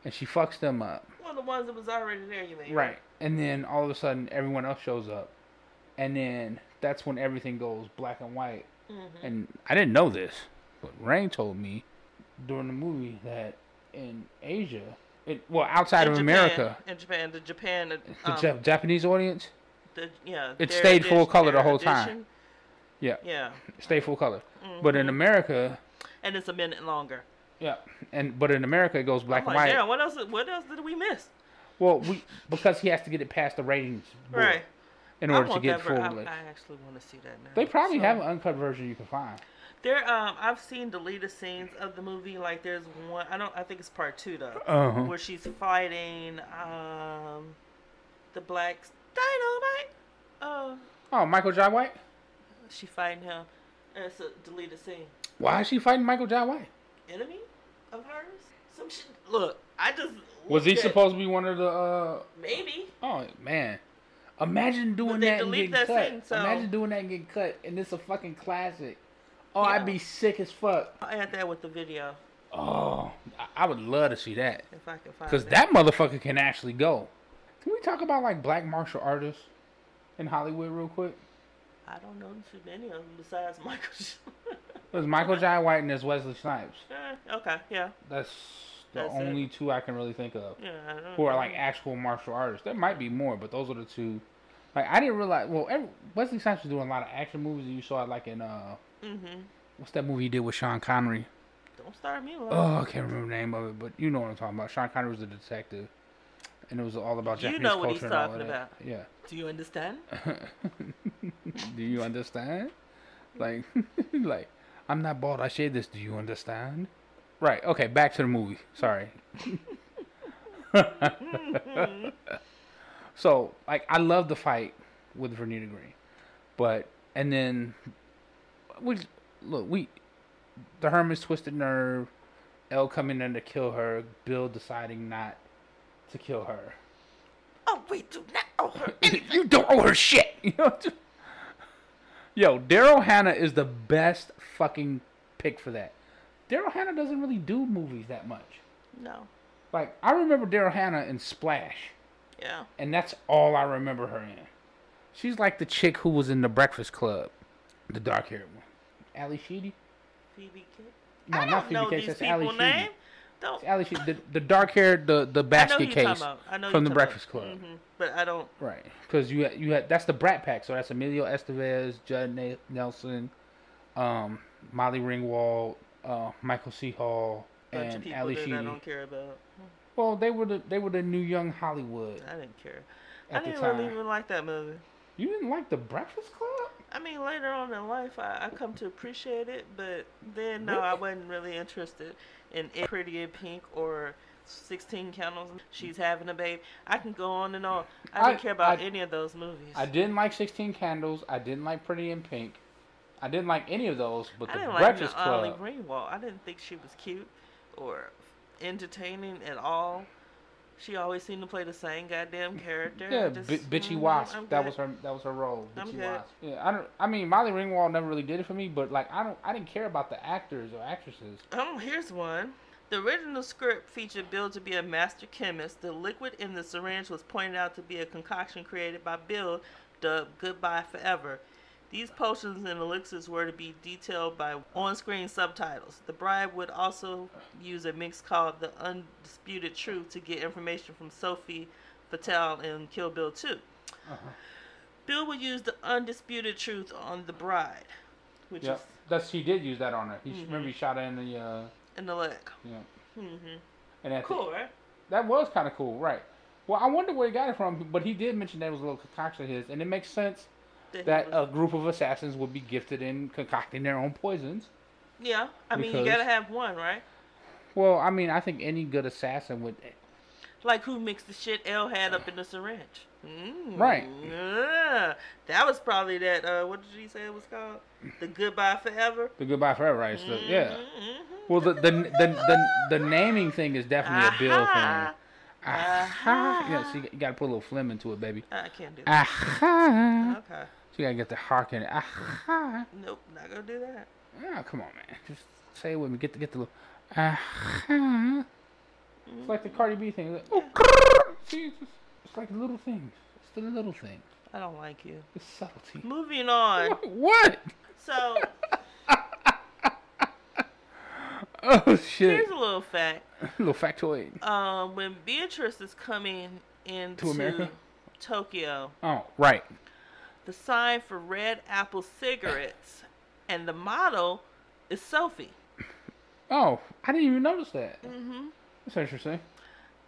Speaker 2: and she fucks them up.
Speaker 1: One of the ones that was already there, you mean?
Speaker 2: Right. And then all of a sudden, everyone else shows up. And then that's when everything goes black and white.
Speaker 1: Mm-hmm.
Speaker 2: And I didn't know this, but Rain told me during the movie that in Asia, it, well, outside of America,
Speaker 1: in Japan, the Japan, uh,
Speaker 2: the
Speaker 1: um,
Speaker 2: Jap- Japanese audience,
Speaker 1: the, yeah,
Speaker 2: It
Speaker 1: their
Speaker 2: stayed full
Speaker 1: edition-
Speaker 2: color the
Speaker 1: their
Speaker 2: whole time.
Speaker 1: edition.
Speaker 2: Yeah.
Speaker 1: Yeah, Mm-hmm.
Speaker 2: stay full color. But in America,
Speaker 1: and it's a minute longer.
Speaker 2: yeah, and but in America it goes black
Speaker 1: I'm
Speaker 2: and
Speaker 1: like,
Speaker 2: white.
Speaker 1: damn, what else? What else did we miss?
Speaker 2: Well, we because he has to get it past the ratings board
Speaker 1: Right.
Speaker 2: in order
Speaker 1: I
Speaker 2: to
Speaker 1: want
Speaker 2: get
Speaker 1: that. Ver-
Speaker 2: full.
Speaker 1: I,
Speaker 2: release.
Speaker 1: I actually want to see that now.
Speaker 2: They probably
Speaker 1: So,
Speaker 2: have an uncut version you can find.
Speaker 1: There, um, I've seen deleted scenes of the movie. Like, there's one. I don't. I think it's part two though,
Speaker 2: Uh-huh.
Speaker 1: where she's fighting um, the black dynamite. Oh,
Speaker 2: Oh, Michael Jai White.
Speaker 1: she fighting him. And it's a deleted scene.
Speaker 2: Why is she fighting Michael Jai White?
Speaker 1: Enemy of hers. Some shit. Look, I just.
Speaker 2: Was he
Speaker 1: looked at-
Speaker 2: supposed to be one of the? Uh,
Speaker 1: Maybe.
Speaker 2: oh man, imagine doing
Speaker 1: they
Speaker 2: that and getting
Speaker 1: delete that
Speaker 2: cut.
Speaker 1: scene, so-
Speaker 2: Imagine doing that and getting cut, and it's a fucking classic. Oh,
Speaker 1: Yeah.
Speaker 2: I'd be sick as fuck.
Speaker 1: I'll add that with the video
Speaker 2: Oh, I, I would love to see that
Speaker 1: if I can find
Speaker 2: because
Speaker 1: it.
Speaker 2: that motherfucker can actually go. Can we talk about like black martial artists in Hollywood real quick?
Speaker 1: I don't know too many of them besides Michael. Sh-
Speaker 2: There's Michael Jai White and there's Wesley Snipes.
Speaker 1: [LAUGHS] Eh, okay, yeah,
Speaker 2: That's the
Speaker 1: That's it.
Speaker 2: only two I can really think of.
Speaker 1: yeah. I don't
Speaker 2: who are
Speaker 1: know.
Speaker 2: like actual martial artists. There might be more, but those are the two. Like I didn't realize. Well, every, Wesley Snipes was doing a lot of action movies. You saw it like in uh,
Speaker 1: Mhm.
Speaker 2: what's that movie he did with Sean Connery?
Speaker 1: Don't start me. Lord.
Speaker 2: Oh, I can't remember the name of it, but you know what I'm talking about. Sean Connery was a detective, and it was all about
Speaker 1: You
Speaker 2: Japanese
Speaker 1: know what
Speaker 2: culture
Speaker 1: he's
Speaker 2: and all
Speaker 1: talking
Speaker 2: of that. Yeah.
Speaker 1: Do you
Speaker 2: [LAUGHS]
Speaker 1: understand?
Speaker 2: Do you understand? Like, [LAUGHS] like I'm not bald. I share this. Do you understand? Right. Okay. Back to the movie. Sorry. [LAUGHS] so, like, I love the fight with Vernita Green, but and then we look we the Herman's twisted nerve, Elle coming in to kill her, Bill deciding not to kill her.
Speaker 1: Oh, we do not owe her.
Speaker 2: [LAUGHS] [COUGHS] you don't owe her shit. [LAUGHS] You know. what I'm saying? Yo, Daryl Hannah is the best fucking pick for that. Daryl Hannah doesn't really do movies that much.
Speaker 1: no.
Speaker 2: Like I remember Daryl Hannah in Splash,
Speaker 1: Yeah.
Speaker 2: and that's all I remember her in. She's like the chick who was in The Breakfast Club, the dark-haired one. Ally Sheedy?
Speaker 1: Phoebe Cates.
Speaker 2: No,
Speaker 1: I don't know
Speaker 2: Cates,
Speaker 1: these
Speaker 2: that's Ally
Speaker 1: people
Speaker 2: Sheedy.
Speaker 1: name. Don't.
Speaker 2: It's Ally Sheedy, the, the dark-haired,
Speaker 1: I
Speaker 2: the the
Speaker 1: know who
Speaker 2: basket
Speaker 1: you
Speaker 2: case
Speaker 1: talking about. I know
Speaker 2: from
Speaker 1: you talking
Speaker 2: The Breakfast
Speaker 1: about.
Speaker 2: Club.
Speaker 1: Mhm. But I don't.
Speaker 2: Right, because you had, you had that's the Brat Pack, so that's Emilio Estevez, Judd Na- Nelson, um, Molly Ringwald, uh, Michael C. Hall,
Speaker 1: Bunch of
Speaker 2: and
Speaker 1: people
Speaker 2: Ali
Speaker 1: that I
Speaker 2: Sheedy.
Speaker 1: don't care about.
Speaker 2: Well, they were the they were the new young Hollywood
Speaker 1: I didn't care.
Speaker 2: at
Speaker 1: I
Speaker 2: the
Speaker 1: didn't
Speaker 2: time.
Speaker 1: really even like that movie.
Speaker 2: You didn't like the Breakfast Club?
Speaker 1: I mean, later on in life, I, I come to appreciate it, but then no, I
Speaker 2: Really?
Speaker 1: wasn't really interested in it. Pretty in Pink or 16 Candles. She's having a baby. I can go on and on. I didn't
Speaker 2: I-
Speaker 1: care about
Speaker 2: I-
Speaker 1: any of those movies.
Speaker 2: I didn't like Sixteen Candles. I didn't like Pretty in Pink. I didn't like any of those, but
Speaker 1: I
Speaker 2: the
Speaker 1: didn't
Speaker 2: Breakfast
Speaker 1: like Ollie
Speaker 2: Club.
Speaker 1: Greenwald. I didn't think she was cute or entertaining at all. She always seemed to play the same goddamn character. I
Speaker 2: Yeah,
Speaker 1: just-
Speaker 2: bi- bitchy
Speaker 1: mm,
Speaker 2: wasp.
Speaker 1: I'm
Speaker 2: That
Speaker 1: good.
Speaker 2: was her. That was her role.
Speaker 1: I'm
Speaker 2: Bitchy
Speaker 1: good.
Speaker 2: wasp. Yeah, I don't. I mean, Molly Ringwald never really did it for me, but like, I don't. I didn't care about the actors or actresses.
Speaker 1: Oh, here's one. The original script featured Bill to be a master chemist. The liquid in the syringe was pointed out to be a concoction created by Bill, dubbed Goodbye Forever. These potions and elixirs were to be detailed by on screen subtitles. The bride would also use a mix called The Undisputed Truth to get information from Sophie Fatale in Kill Bill 2. Bill would use The Undisputed Truth on the bride, which
Speaker 2: Yeah,
Speaker 1: is
Speaker 2: that's he did use that on her. He
Speaker 1: Mm-hmm.
Speaker 2: sh remember he shot her in the uh,
Speaker 1: in the leg.
Speaker 2: yeah,
Speaker 1: hmm
Speaker 2: and at the-
Speaker 1: Cool, right?
Speaker 2: that was kind of cool, right? Well, I wonder where he got it from, but he did mention that it was a little concoction of his, and it makes sense
Speaker 1: That he
Speaker 2: that uh,
Speaker 1: was-
Speaker 2: a group of assassins would be gifted in concocting their own poisons.
Speaker 1: yeah, I mean, you
Speaker 2: because-
Speaker 1: gotta have one, right?
Speaker 2: Well, I mean, I think any good assassin would. eh,
Speaker 1: Like who mixed the shit L had up in the syringe? Mm,
Speaker 2: Right.
Speaker 1: Yeah. That was probably that. Uh, what did he say it was called? The Goodbye Forever.
Speaker 2: The goodbye forever, right? So, yeah.
Speaker 1: Mm-hmm.
Speaker 2: Well, the the, the the the naming thing is definitely a Bill thing.
Speaker 1: Aha.
Speaker 2: Aha.
Speaker 1: Aha.
Speaker 2: Yeah, so you got to put a little phlegm into it, baby.
Speaker 1: I can't do that.
Speaker 2: Aha.
Speaker 1: Okay.
Speaker 2: So you got to get the hark in it. Aha.
Speaker 1: Nope. Not gonna do that.
Speaker 2: Oh, come on, man. Just say it with me. Get the get the little. Uh-huh. It's like the Cardi B thing. It's like, oh, grrr. See, it's, just- it's like the little things. It's the little thing.
Speaker 1: I don't like you.
Speaker 2: It's subtlety.
Speaker 1: Moving on.
Speaker 2: What? [LAUGHS]
Speaker 1: So
Speaker 2: Oh shit!
Speaker 1: here's a little fact.
Speaker 2: [LAUGHS] little factoid.
Speaker 1: Um, when Beatrice is coming into
Speaker 2: America?
Speaker 1: Tokyo,
Speaker 2: Oh, right.
Speaker 1: the sign for Red Apple cigarettes, and the model is Sophie.
Speaker 2: Oh, I didn't even notice that.
Speaker 1: Mm-hmm.
Speaker 2: That's interesting.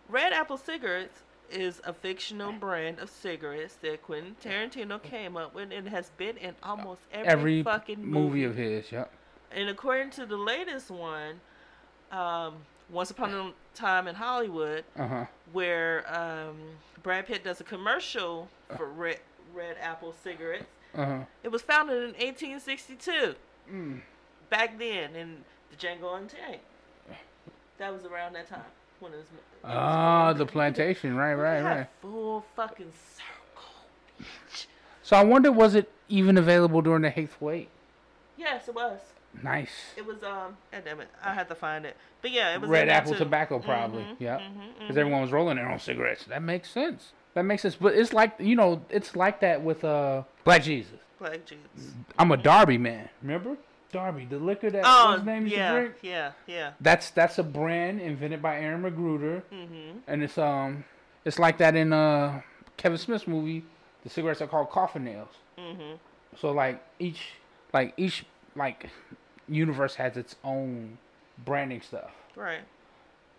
Speaker 1: Red Apple Cigarettes is a fictional brand of cigarettes that Quentin Tarantino came up with and has been in almost every,
Speaker 2: Every
Speaker 1: fucking
Speaker 2: movie
Speaker 1: movie.
Speaker 2: of his. Yep.
Speaker 1: And according to the latest one, um, Once Upon a Time in Hollywood,
Speaker 2: Uh huh.
Speaker 1: where um, Brad Pitt does a commercial for Red, Red Apple Cigarettes,
Speaker 2: Uh huh.
Speaker 1: it was founded in 1862,
Speaker 2: Mm.
Speaker 1: back then in the Django Unchained. That was around that time when it was. when it was
Speaker 2: Ah,
Speaker 1: formed.
Speaker 2: the plantation. Right, right,
Speaker 1: We had
Speaker 2: right.
Speaker 1: Full fucking circle.
Speaker 2: So I wonder, was it even available during the Eighth Wait?
Speaker 1: Yes, it was.
Speaker 2: Nice.
Speaker 1: It was um. God damn it, I had to find it. But yeah, it was in
Speaker 2: Red
Speaker 1: there
Speaker 2: apple
Speaker 1: too.
Speaker 2: tobacco, probably.
Speaker 1: Mhm,
Speaker 2: Yep.
Speaker 1: mhm,
Speaker 2: because everyone was rolling their own cigarettes. That makes sense. That makes sense. But it's like you know, it's like that with uh Black Jesus.
Speaker 1: Black Jesus.
Speaker 2: I'm a Darby man. Remember Darby, the liquor that
Speaker 1: Oh,
Speaker 2: his name used to
Speaker 1: yeah,
Speaker 2: drink.
Speaker 1: yeah, yeah.
Speaker 2: That's that's a brand invented by Aaron Magruder,
Speaker 1: Mm-hmm.
Speaker 2: and it's um, it's like that in uh Kevin Smith's movie. The cigarettes are called coffin nails.
Speaker 1: Mm-hmm.
Speaker 2: So like each like each like universe has its own branding stuff.
Speaker 1: Right.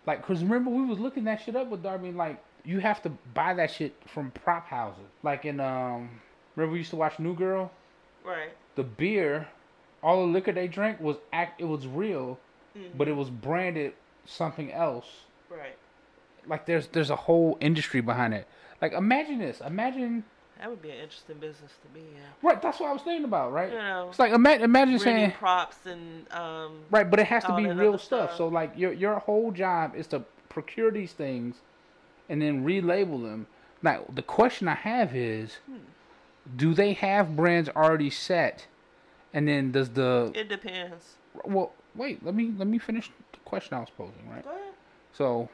Speaker 2: Like, cause remember we was looking that shit up with Darby. And like, you have to buy that shit from prop houses. Like in um, remember we used to watch New Girl.
Speaker 1: Right.
Speaker 2: The beer, all the liquor they drank was act. It was real,
Speaker 1: Mhm.
Speaker 2: but it was branded something else.
Speaker 1: Right.
Speaker 2: Like there's there's a whole industry behind it. Like imagine this. Imagine
Speaker 1: That would be an interesting business to be in.
Speaker 2: right. That's what I was thinking about. Right.
Speaker 1: You know,
Speaker 2: It's like imagine imagine
Speaker 1: renting
Speaker 2: saying
Speaker 1: props and um.
Speaker 2: right, but it has to
Speaker 1: all
Speaker 2: be
Speaker 1: that
Speaker 2: real
Speaker 1: other
Speaker 2: stuff.
Speaker 1: stuff.
Speaker 2: So like your your whole job is to procure these things and then relabel them. Now, the question I have is
Speaker 1: Hmm.
Speaker 2: do they have brands already set? And then does the
Speaker 1: It depends.
Speaker 2: well wait, let me let me finish the question I was posing, right?
Speaker 1: Go ahead.
Speaker 2: So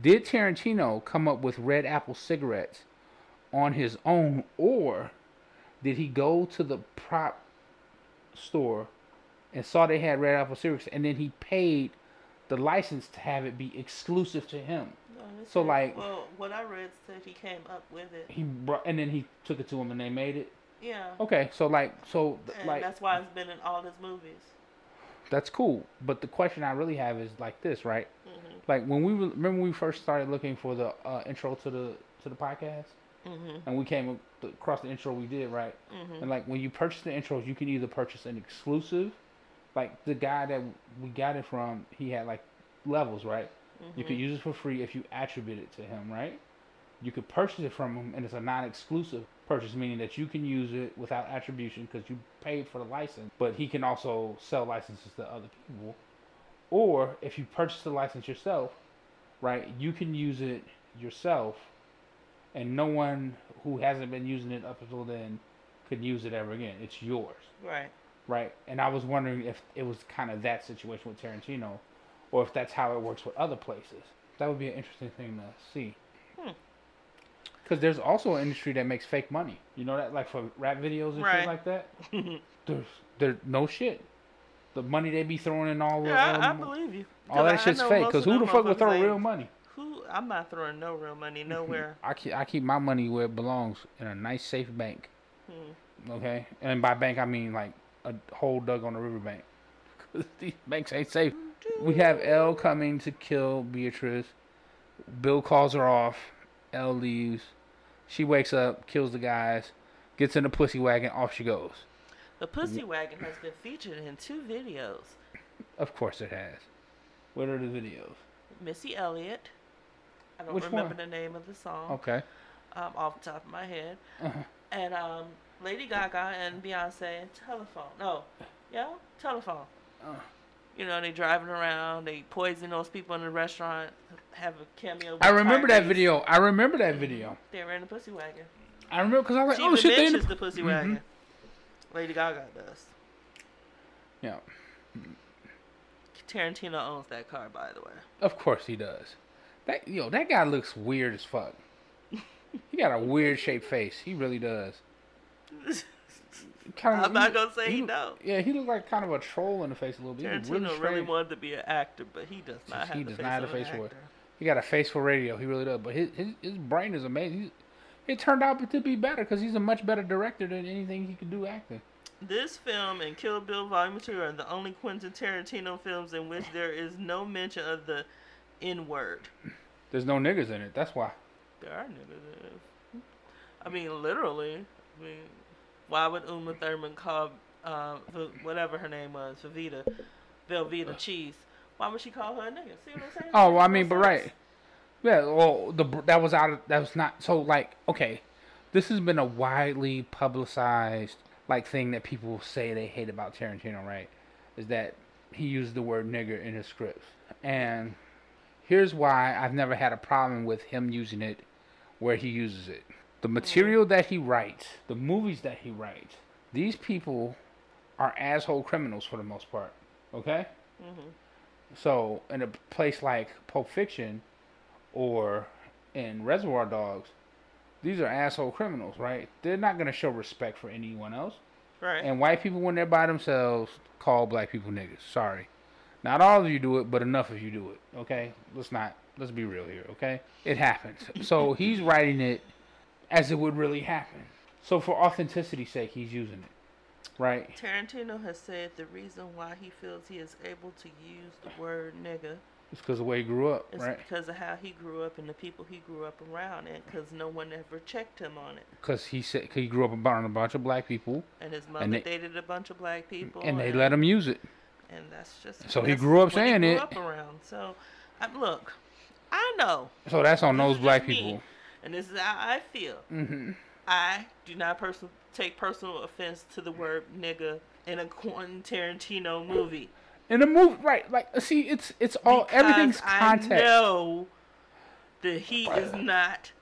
Speaker 2: did Tarantino come up with red apple cigarettes on his own or did he go to the prop store and saw they had red apple cigarettes and then he paid the license to have it be exclusive to him?
Speaker 1: No, it
Speaker 2: So,
Speaker 1: said-
Speaker 2: like-
Speaker 1: Well, what I read said he came up with it.
Speaker 2: He brought, and then he took it to him and they made it.
Speaker 1: Yeah.
Speaker 2: Okay, so like, so th-
Speaker 1: And
Speaker 2: Oh, like,
Speaker 1: that's why it's been in all his movies.
Speaker 2: that's cool. But the question I really have is like this, right?
Speaker 1: Mm-hmm.
Speaker 2: Like when we were, remember when we first started looking for the uh, intro to the to the podcast,
Speaker 1: Mm-hmm.
Speaker 2: and we came ac- across the intro we did, right?
Speaker 1: Mm-hmm.
Speaker 2: And like when you purchase the intros, you can either purchase an exclusive, like the guy that we got it from, he had like levels, right? You
Speaker 1: Mm-hmm.
Speaker 2: could use it for free if you attribute it to him, right? You could purchase it from him, and it's a non-exclusive purchase, meaning that you can use it without attribution because you paid for the license. But he can also sell licenses to other people. Or if you purchase the license yourself, right, you can use it yourself, and no one who hasn't been using it up until then could use it ever again. It's yours,
Speaker 1: Right.
Speaker 2: right? And I was wondering if it was kind of that situation with Tarantino, or if that's how it works with other places. That would be an interesting thing to see.
Speaker 1: Hmm.
Speaker 2: Because there's also an industry that makes fake money. You know that, like for rap videos and
Speaker 1: Right.
Speaker 2: shit
Speaker 1: [LAUGHS]
Speaker 2: like that. There's, there's no shit. The money they be throwing in all
Speaker 1: Yeah,
Speaker 2: of
Speaker 1: I, I
Speaker 2: um,
Speaker 1: believe you.
Speaker 2: all
Speaker 1: 'Cause
Speaker 2: that
Speaker 1: I- I
Speaker 2: shit's
Speaker 1: know
Speaker 2: fake.
Speaker 1: most
Speaker 2: Because
Speaker 1: of
Speaker 2: who the
Speaker 1: them
Speaker 2: fuck would throw
Speaker 1: motherfuckers ain't-
Speaker 2: real money?
Speaker 1: Who? I'm not throwing no real money
Speaker 2: [LAUGHS]
Speaker 1: nowhere.
Speaker 2: I keep, I keep my money where it belongs in a nice safe bank.
Speaker 1: Hmm.
Speaker 2: Okay, and by bank I mean like a hole dug on the riverbank. [LAUGHS] 'Cause these banks ain't safe. We have L coming to kill Beatrice. Bill calls her off. L leaves. She wakes up, kills the guys, gets in the pussy wagon. Off she goes.
Speaker 1: The Pussy Wagon has been featured in two videos.
Speaker 2: Of course it has. What are the videos?
Speaker 1: Missy Elliott. I don't
Speaker 2: Which
Speaker 1: remember
Speaker 2: one?
Speaker 1: the name of the song
Speaker 2: Okay.
Speaker 1: um, off the top of my head.
Speaker 2: Uh-huh.
Speaker 1: And um, Lady Gaga and Beyonce and Telephone. No, yeah, Telephone.
Speaker 2: Uh.
Speaker 1: You know, they driving around, they poison those people in the restaurant, have a cameo.
Speaker 2: I
Speaker 1: with
Speaker 2: remember that
Speaker 1: Tyrese.
Speaker 2: video. I remember that video.
Speaker 1: They were in the Pussy Wagon.
Speaker 2: I remember because I was
Speaker 1: she
Speaker 2: like, oh
Speaker 1: even
Speaker 2: shit, they in
Speaker 1: mentions
Speaker 2: the-
Speaker 1: the Pussy
Speaker 2: Mhm.
Speaker 1: Wagon. Lady Gaga does.
Speaker 2: Yeah.
Speaker 1: Tarantino owns that car, by the way.
Speaker 2: Of course he does. That yo, that guy looks weird as fuck. he got a weird shaped face. He really does. Kind
Speaker 1: I'm not gonna say he
Speaker 2: look-
Speaker 1: don't.
Speaker 2: Yeah, he looked like kind of a troll in the face a little bit. He, was
Speaker 1: Tarantino
Speaker 2: really
Speaker 1: really,
Speaker 2: strange.
Speaker 1: wanted to be an actor, but he does not have
Speaker 2: He
Speaker 1: the
Speaker 2: does
Speaker 1: face
Speaker 2: not have
Speaker 1: of
Speaker 2: the
Speaker 1: an
Speaker 2: face for it.
Speaker 1: actor.
Speaker 2: he got a face for radio. He really does. But his his, his brain is amazing. He, it turned out to be better because he's a much better director than anything he could do acting.
Speaker 1: This film and Kill Bill Volume 2 are the only Quentin Tarantino films in which there is no mention of the N word.
Speaker 2: There's no niggas in it. That's why.
Speaker 1: There are niggas. in it. I mean, literally. I mean, why would Uma Thurman call, uh, V- whatever her name was, Vivita, Velveeta Cheese? Why would she call her a nigga? See what I'm saying?
Speaker 2: Uh. Oh, well, I
Speaker 1: No
Speaker 2: mean, but
Speaker 1: sense.
Speaker 2: right. Yeah, well, the br- that was out of that was not so like okay. This has been a widely publicized like thing that people say they hate about Tarantino, right? Is that he used the word nigger in his scripts. And here's why I've never had a problem with him using it where he uses it. The material that he writes, the movies that he writes, these people are asshole criminals for the most part. Okay? So in a place like Pulp Fiction or in Reservoir Dogs, these are asshole criminals, right? They're not gonna show respect for anyone else.
Speaker 1: Right.
Speaker 2: And white people when they're by themselves call black people niggas. Sorry. Not all of you do it, but enough of you do it. Okay? Let's not let's be real here, okay? It happens. So he's writing it as it would really happen. So for authenticity's sake, he's using it. Right?
Speaker 1: Tarantino has said the reason why he feels he is able to use the word nigga
Speaker 2: It's because the way he grew up,
Speaker 1: is
Speaker 2: right?
Speaker 1: because of how he grew up and the people he grew up around, and because no one ever checked him on it.
Speaker 2: Because he said 'cause he grew up around a bunch of black people,
Speaker 1: And his mother
Speaker 2: they-
Speaker 1: dated a bunch of black people,
Speaker 2: and they let him use it.
Speaker 1: And that's just
Speaker 2: So he
Speaker 1: that's
Speaker 2: grew up
Speaker 1: what he
Speaker 2: saying
Speaker 1: grew
Speaker 2: it.
Speaker 1: Up around. So, I, look, I know,
Speaker 2: So that's on
Speaker 1: This is
Speaker 2: those
Speaker 1: just
Speaker 2: black
Speaker 1: me.
Speaker 2: people.
Speaker 1: and this is how I feel.
Speaker 2: hmm
Speaker 1: I do not person take personal offense to the word nigga in a Quentin Tarantino movie.
Speaker 2: In the movie, right? Like, see, it's it's all
Speaker 1: because
Speaker 2: Oh, everything's
Speaker 1: I
Speaker 2: context.
Speaker 1: know that he is not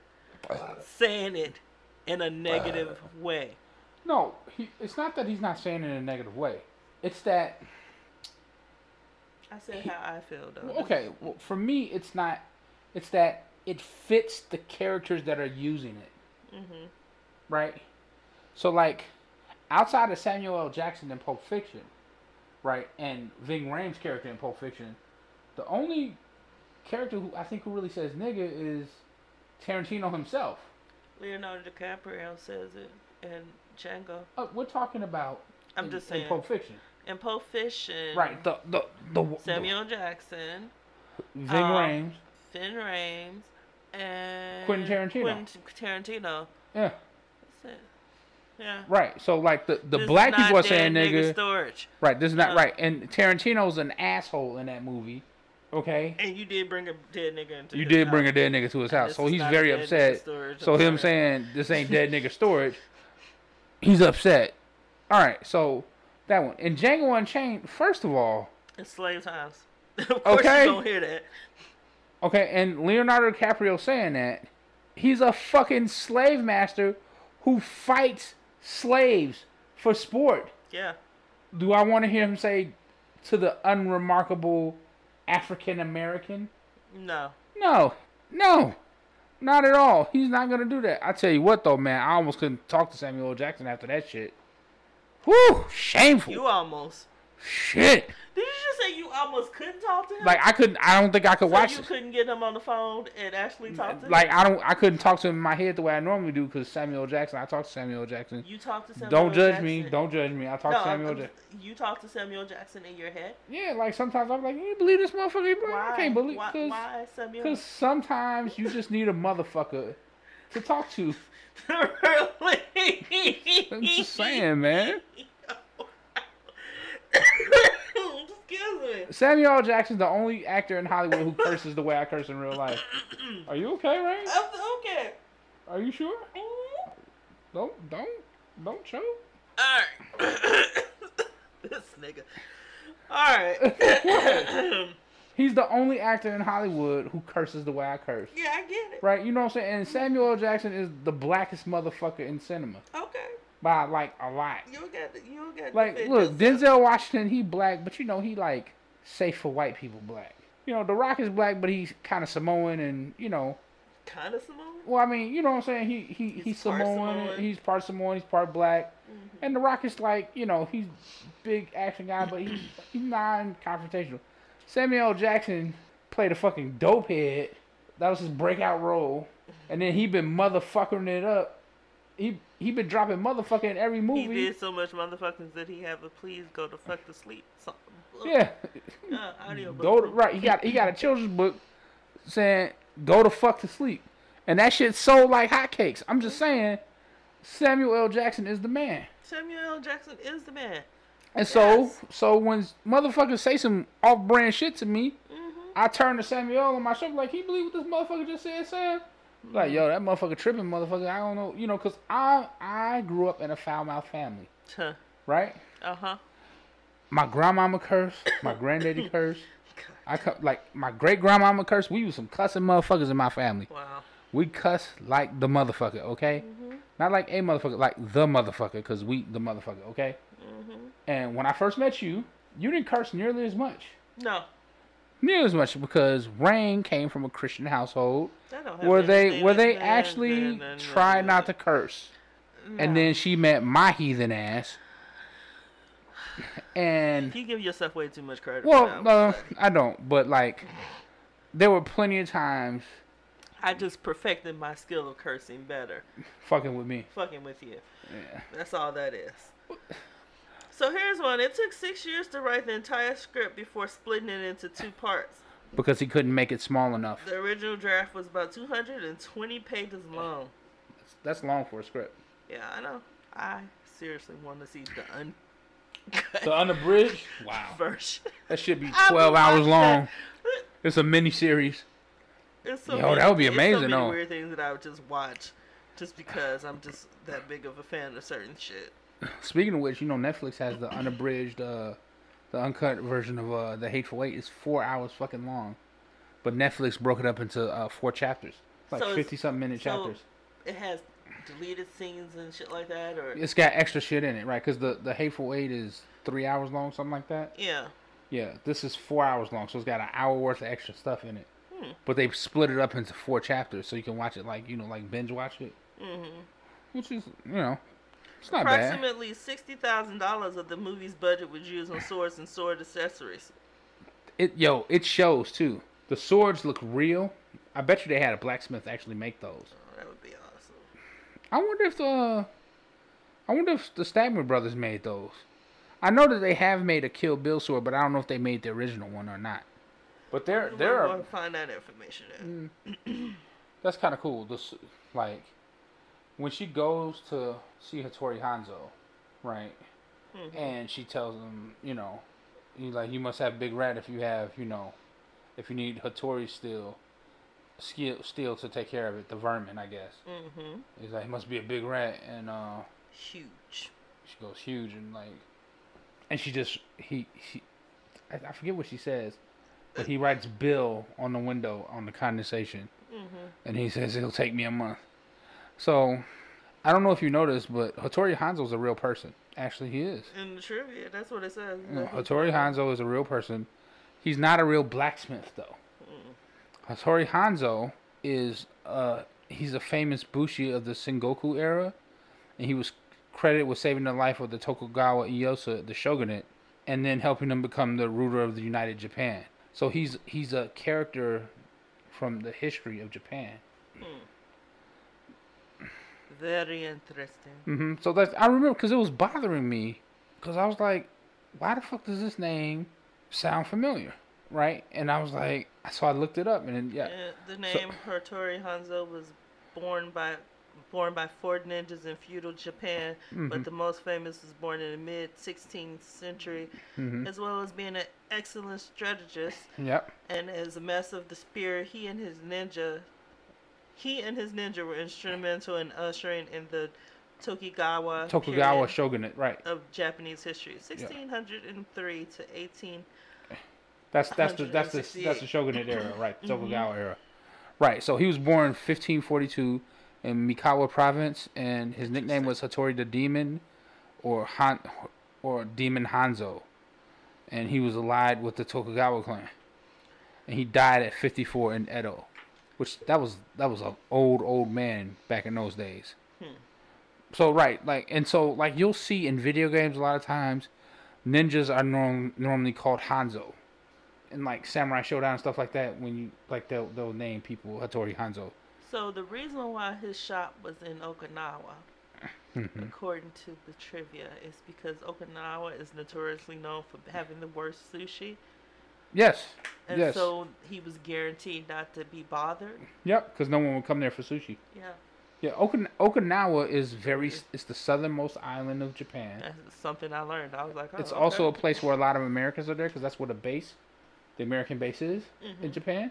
Speaker 1: saying it in a negative way.
Speaker 2: No, he, it's not that he's not saying it in a negative way. It's that
Speaker 1: I said how I feel though.
Speaker 2: okay. Well, for me, it's not. It's that it fits the characters that are using it.
Speaker 1: hmm
Speaker 2: right? So like, outside of Samuel L. Jackson in Pulp Fiction, right, and Ving Rhames' character in Pulp Fiction, the only character who I think who really says nigga is Tarantino himself.
Speaker 1: Leonardo DiCaprio says it in Django.
Speaker 2: Uh, we're talking about
Speaker 1: I'm
Speaker 2: in,
Speaker 1: just
Speaker 2: in
Speaker 1: saying.
Speaker 2: Pulp Fiction,
Speaker 1: in Pulp Fiction,
Speaker 2: right? The the the
Speaker 1: Samuel Jackson,
Speaker 2: the, Ving
Speaker 1: um,
Speaker 2: Rhames,
Speaker 1: Finn Rames, and
Speaker 2: Quentin Tarantino.
Speaker 1: Quentin Tarantino.
Speaker 2: yeah,
Speaker 1: That's it. Yeah.
Speaker 2: right. So like the the
Speaker 1: This is
Speaker 2: black
Speaker 1: not
Speaker 2: people are
Speaker 1: their
Speaker 2: saying nigga,
Speaker 1: storage.
Speaker 2: right? This is not
Speaker 1: Uh,
Speaker 2: right, and Tarantino's an asshole in that movie. Okay,
Speaker 1: And you did bring a dead nigga into
Speaker 2: you
Speaker 1: his
Speaker 2: did bring
Speaker 1: house.
Speaker 2: a dead nigga to his house,
Speaker 1: This
Speaker 2: so
Speaker 1: is
Speaker 2: he's
Speaker 1: not
Speaker 2: very
Speaker 1: dead nigga
Speaker 2: upset.
Speaker 1: storage,
Speaker 2: So
Speaker 1: I'm
Speaker 2: him
Speaker 1: sorry.
Speaker 2: saying this
Speaker 1: [LAUGHS]
Speaker 2: ain't dead nigga storage, he's upset. All right, so that one in Django Unchained. First of all,
Speaker 1: It's slave times. [LAUGHS] of course
Speaker 2: Okay.
Speaker 1: you don't hear that.
Speaker 2: okay, and Leonardo DiCaprio saying that he's a fucking slave master who fights slaves for sport.
Speaker 1: Yeah.
Speaker 2: Do I want to hear him say to the unremarkable African American.
Speaker 1: No.
Speaker 2: No, no, not at all. He's not gonna do that. I tell you what, though, man, I almost couldn't talk to Samuel L. Jackson after that shit. Whew, shameful.
Speaker 1: You almost.
Speaker 2: shit.
Speaker 1: Did you just say you almost couldn't talk to him?
Speaker 2: Like I couldn't. I don't think I could
Speaker 1: So
Speaker 2: watch
Speaker 1: you
Speaker 2: it.
Speaker 1: couldn't get him on the phone and actually talk to him?
Speaker 2: Like I don't. I couldn't talk to him in my head the way I normally do because Samuel L. Jackson. I talk to Samuel L. Jackson.
Speaker 1: You talked to Samuel
Speaker 2: don't judge me.
Speaker 1: Jackson.
Speaker 2: Don't judge me. I
Speaker 1: No,
Speaker 2: talk to
Speaker 1: I'm-
Speaker 2: Samuel
Speaker 1: I'm-
Speaker 2: Jackson.
Speaker 1: you talk to Samuel Jackson in your head.
Speaker 2: Yeah, like sometimes I'm like, you believe this motherfucker? He black?
Speaker 1: Why?
Speaker 2: I can't believe
Speaker 1: why,
Speaker 2: because
Speaker 1: why Samuel? [LAUGHS]
Speaker 2: because sometimes you just need a motherfucker to talk
Speaker 1: [LAUGHS]
Speaker 2: to.
Speaker 1: really?
Speaker 2: I'm just saying, man.
Speaker 1: Excuse me. [COUGHS]
Speaker 2: Samuel L. Jackson's the only actor in Hollywood who curses the way I curse in real life. Are you okay, Ray?
Speaker 1: I'm Oh, okay.
Speaker 2: Are you sure?
Speaker 1: All
Speaker 2: Don't don't don't choke.
Speaker 1: right. [COUGHS] this nigga. All right.
Speaker 2: [LAUGHS] What? He's the only actor in Hollywood who curses the way I curse.
Speaker 1: [COUGHS] yeah, I get it.
Speaker 2: Right, you know what I'm saying? And Samuel L. Jackson is the blackest motherfucker in cinema
Speaker 1: Okay,
Speaker 2: by like a lot.
Speaker 1: you don't got to, you don't got to
Speaker 2: Like,
Speaker 1: defend
Speaker 2: look,
Speaker 1: yourself.
Speaker 2: Denzel Washington, he black, but you know he like safe for white people black. You know, The Rock is black, but he's kind of Samoan, and you know,
Speaker 1: kind of Simone.
Speaker 2: well, I mean, you know what I'm saying? He he he's,
Speaker 1: He's part
Speaker 2: Samoan,
Speaker 1: Samoan.
Speaker 2: he's part Samoan, he's part black,
Speaker 1: Mhm.
Speaker 2: and The Rock is like, you know, he's big action guy, but he's he's non-confrontational. Samuel L. Jackson played a fucking dope head. That was his breakout role, and then he been motherfucking it up. He he been dropping motherfucking in every movie.
Speaker 1: He did so much motherfuckers that he have a please go to fuck to sleep. So,
Speaker 2: Yeah,
Speaker 1: Uh, audio book.
Speaker 2: go to, right. He got he got a children's book saying go to fuck to sleep, and that shit sold like hotcakes. I'm just saying, Samuel L. Jackson is the man.
Speaker 1: Samuel L. Jackson is the man.
Speaker 2: And so
Speaker 1: Yes.
Speaker 2: so when motherfuckers say some off brand shit to me,
Speaker 1: Mm-hmm.
Speaker 2: I turn to Samuel on my show like, he believe what this motherfucker just said, Sam? Like, yo, that motherfucker tripping, motherfucker. I don't know, you know, cause I I grew up in a foul mouth family, right?
Speaker 1: Uh huh.
Speaker 2: My grandmama curse, my
Speaker 1: [LAUGHS]
Speaker 2: granddaddy curse. I cu- like my great grandmama curse. We was some cussing motherfuckers in my family.
Speaker 1: Wow.
Speaker 2: We cuss like the motherfucker, okay?
Speaker 1: Mm-hmm.
Speaker 2: Not like a motherfucker, like the motherfucker, cause we the motherfucker, okay?
Speaker 1: Mm-hmm.
Speaker 2: And when I first met you, you didn't curse nearly as much,
Speaker 1: No,
Speaker 2: nearly as much, because Rain came from a Christian household
Speaker 1: that don't have
Speaker 2: where they
Speaker 1: anything
Speaker 2: where
Speaker 1: to
Speaker 2: they
Speaker 1: do-
Speaker 2: actually
Speaker 1: no, no,
Speaker 2: try
Speaker 1: no,
Speaker 2: not to
Speaker 1: no.
Speaker 2: curse. And
Speaker 1: No.
Speaker 2: then she met my
Speaker 1: [SIGHS]
Speaker 2: heathen ass, and
Speaker 1: you give yourself way too much credit. for
Speaker 2: well, uh,
Speaker 1: that.
Speaker 2: no, I don't. But like, there were plenty of times
Speaker 1: I just perfected my skill of cursing better.
Speaker 2: fucking with me.
Speaker 1: Fucking with you.
Speaker 2: Yeah.
Speaker 1: That's all that is. So here's one. It took six years to write the entire script before splitting it into two parts.
Speaker 2: because he couldn't make it small enough.
Speaker 1: The original draft was about 220 pages long.
Speaker 2: That's long for a script.
Speaker 1: Yeah, I know. I seriously want to see the
Speaker 2: The
Speaker 1: uncut
Speaker 2: Unabridged. Wow,
Speaker 1: [LAUGHS] version.
Speaker 2: that should be
Speaker 1: I would
Speaker 2: twelve hours
Speaker 1: watch that.
Speaker 2: long. It's a mini series.
Speaker 1: It's so
Speaker 2: Yo, that would be
Speaker 1: it's
Speaker 2: amazing,
Speaker 1: So many
Speaker 2: though.
Speaker 1: weird things that I would just watch, just because I'm just that big of a fan of certain shit.
Speaker 2: Speaking of which, you know Netflix has the unabridged, uh, the uncut version of uh, the Hateful Eight. It's four hours fucking long, but Netflix broke it up into uh, four chapters, like
Speaker 1: So it's-
Speaker 2: fifty something minute
Speaker 1: so-
Speaker 2: chapters.
Speaker 1: It has deleted scenes and shit like that, or
Speaker 2: It's got extra shit in it, right? Because the the Hateful Eight is three hours long, something like that.
Speaker 1: yeah.
Speaker 2: Yeah, this is four hours long, so it's got an hour worth of extra stuff in it.
Speaker 1: Hmm.
Speaker 2: But they split it up into four chapters, so you can watch it like you know, like binge watch it,
Speaker 1: Mm-hmm.
Speaker 2: which is you know, it's not bad.
Speaker 1: Approximately sixty thousand dollars of the movie's budget was used on swords and sword accessories.
Speaker 2: It yo, it shows too. The swords look real. I bet you they had a blacksmith actually make those.
Speaker 1: Oh, that would be awesome.
Speaker 2: I wonder if the, uh, I wonder if the Stagman brothers made those. I know that they have made a Kill Bill sword, but I don't know if they made the original one or not. But there, there
Speaker 1: Where
Speaker 2: are
Speaker 1: do I find that information at?
Speaker 2: That's kind of cool. This like when she goes to see Hattori Hanzo, right?
Speaker 1: Mhm.
Speaker 2: And she tells him, you know, he's like, you must have big rat if you have, you know, if you need Hattori steel, skill steel to take care of it, the vermin, I guess.
Speaker 1: Mm-hmm.
Speaker 2: He's like, it must be a big rat, and uh,
Speaker 1: Huge.
Speaker 2: she goes huge and like, and she just he he, I, I forget what she says, but he writes Bill on the window on the condensation
Speaker 1: Mm-hmm.
Speaker 2: and he says it'll take me a month. So, I don't know if you noticed, but Hattori Hanzo's a real person. Actually, he is.
Speaker 1: In the trivia, that's what it says.
Speaker 2: Mm, You know, Hattori Hanzo is a real person. He's not a real blacksmith though. Hattori Hanzo is uh he's a famous bushi of the Sengoku era, and he was credited with saving the life of the Tokugawa Ieyasu, the shogunate, and then helping him become the ruler of the United Japan. So he's he's a character from the history of Japan.
Speaker 1: Very interesting.
Speaker 2: hmm So that's I remember because it was bothering me because I was like, why the fuck does this name sound familiar, right? And I was like, so I looked it up and then, yeah,
Speaker 1: Uh, the name Hattori Hanzo was born by born by four ninjas in feudal Japan, but the most famous was born in the mid 16th century, as well as being an excellent strategist
Speaker 2: yep,
Speaker 1: and as a master of the spear. He and his ninja, he and his ninja were instrumental in ushering in the Tokugawa
Speaker 2: Tokugawa
Speaker 1: period
Speaker 2: Shogunate, right?
Speaker 1: of Japanese history, 1603 to 18.
Speaker 2: That's that's the that's the that's the
Speaker 1: 168.
Speaker 2: Shogunate era, right? Tokugawa era, right? So he was born 1542 in Mikawa Province, and his nickname was Hattori the Demon, or Han, or Demon Hanzo, and he was allied with the Tokugawa clan, and he died at 54 in Edo, which that was that was an old old man back in those days. So right, like and so like you'll see in video games a lot of times, ninjas are norm, normally called Hanzo in like Samurai Showdown and stuff like that, when you like they'll they'll name people Hattori Hanzo.
Speaker 1: So the reason why his shop was in Okinawa,
Speaker 2: Mm-hmm.
Speaker 1: according to the trivia, is because Okinawa is notoriously known for having the worst sushi,
Speaker 2: Yes.
Speaker 1: and
Speaker 2: yes.
Speaker 1: so he was guaranteed not to be bothered.
Speaker 2: yep, because no one would come there for sushi.
Speaker 1: Yeah,
Speaker 2: Yeah, Okin- Okinawa is very it's the southernmost island of Japan.
Speaker 1: that's something I learned. I was like, oh,
Speaker 2: It's
Speaker 1: okay.
Speaker 2: also a place where a lot of Americans are there because that's where the base, the American base is in Japan.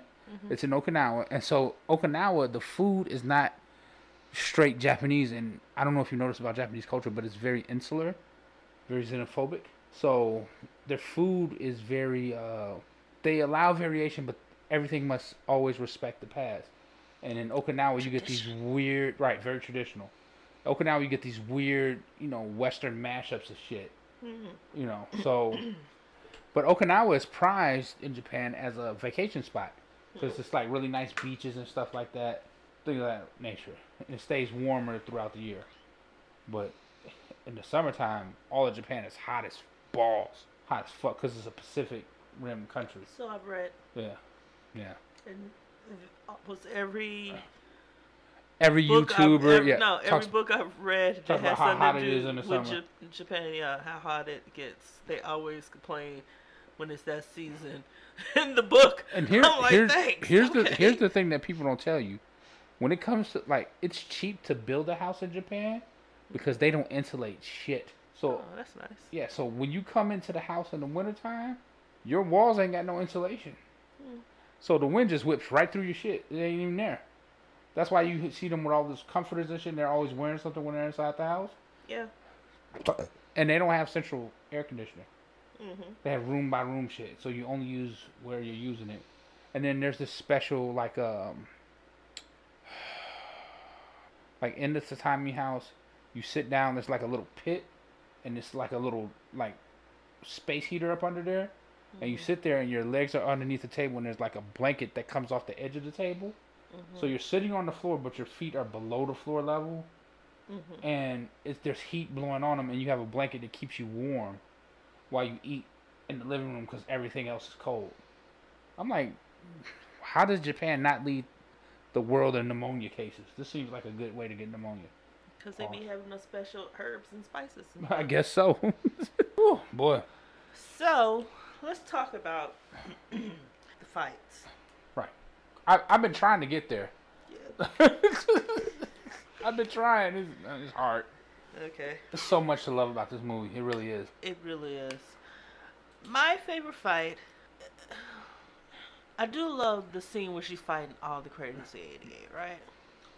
Speaker 2: It's in Okinawa, and so Okinawa, the food is not straight Japanese. And I don't know if you noticed about Japanese culture, but it's very insular, very xenophobic. So their food is very. Uh, they allow variation, but everything must always respect the past. And in Okinawa, you get these weird, right? Very traditional. Okinawa, you get these weird, you know, Western mashups of shit. You know, so. [CLEARS THROAT] But Okinawa is prized in Japan as a vacation spot because it's like really nice beaches and stuff like that, things of that nature. And it stays warmer throughout the year. But in the summertime, all of Japan is hot as balls, hot as fuck, because it's a Pacific Rim country.
Speaker 1: So I've read,
Speaker 2: Yeah, yeah.
Speaker 1: and was every
Speaker 2: Every
Speaker 1: book I've,
Speaker 2: YouTuber,
Speaker 1: every,
Speaker 2: yeah,
Speaker 1: no, every
Speaker 2: talks-
Speaker 1: book I've read that
Speaker 2: talks
Speaker 1: has
Speaker 2: about how hot
Speaker 1: something
Speaker 2: it
Speaker 1: to
Speaker 2: is
Speaker 1: do
Speaker 2: in the
Speaker 1: with
Speaker 2: summer.
Speaker 1: Ja- Japan. Yeah, how hot it gets. They always complain when it's that season [LAUGHS] in the book.
Speaker 2: And here,
Speaker 1: [LAUGHS] I'm like,
Speaker 2: here's,
Speaker 1: thanks.
Speaker 2: here's the
Speaker 1: okay."
Speaker 2: here's the thing that people don't tell you. When it comes to like, it's cheap to build a house in Japan because they don't insulate shit. So
Speaker 1: Oh, that's nice.
Speaker 2: yeah, so when you come into the house in the wintertime, your walls ain't got no insulation.
Speaker 1: Hmm.
Speaker 2: So the wind just whips right through your shit. It ain't even there. That's why you see them with all those comforters and shit. And they're always wearing something when they're inside the house,
Speaker 1: Yeah.
Speaker 2: and they don't have central air conditioning.
Speaker 1: Mhm.
Speaker 2: They have room by room shit, so you only use where you're using it. And then there's this special like um [SIGHS] like in the tatami house, you sit down. There's like a little pit, and it's like a little like space heater up under there, and you sit there and your legs are underneath the table, and there's like a blanket that comes off the edge of the table. So you're sitting on the floor, but your feet are below the floor level, and it's, there's heat blowing on them, and you have a blanket that keeps you warm while you eat in the living room because everything else is cold. I'm like, how does Japan not lead the world in pneumonia cases? This seems like a good way to get pneumonia. [LAUGHS]
Speaker 1: Because they be having those special herbs and spices. and
Speaker 2: I
Speaker 1: stuff.
Speaker 2: guess so. [LAUGHS] Ooh, boy.
Speaker 1: So let's talk about [CLEARS THROAT] the
Speaker 2: [LAUGHS]
Speaker 1: fights.
Speaker 2: Right. I, I've been trying to get there. [LAUGHS]
Speaker 1: Yeah.
Speaker 2: I've been trying. It's, it's hard.
Speaker 1: Okay.
Speaker 2: There's so much to love about this movie. It really is.
Speaker 1: It really is. My favorite fight. I do love the scene where she's fighting all the crazy 88, right?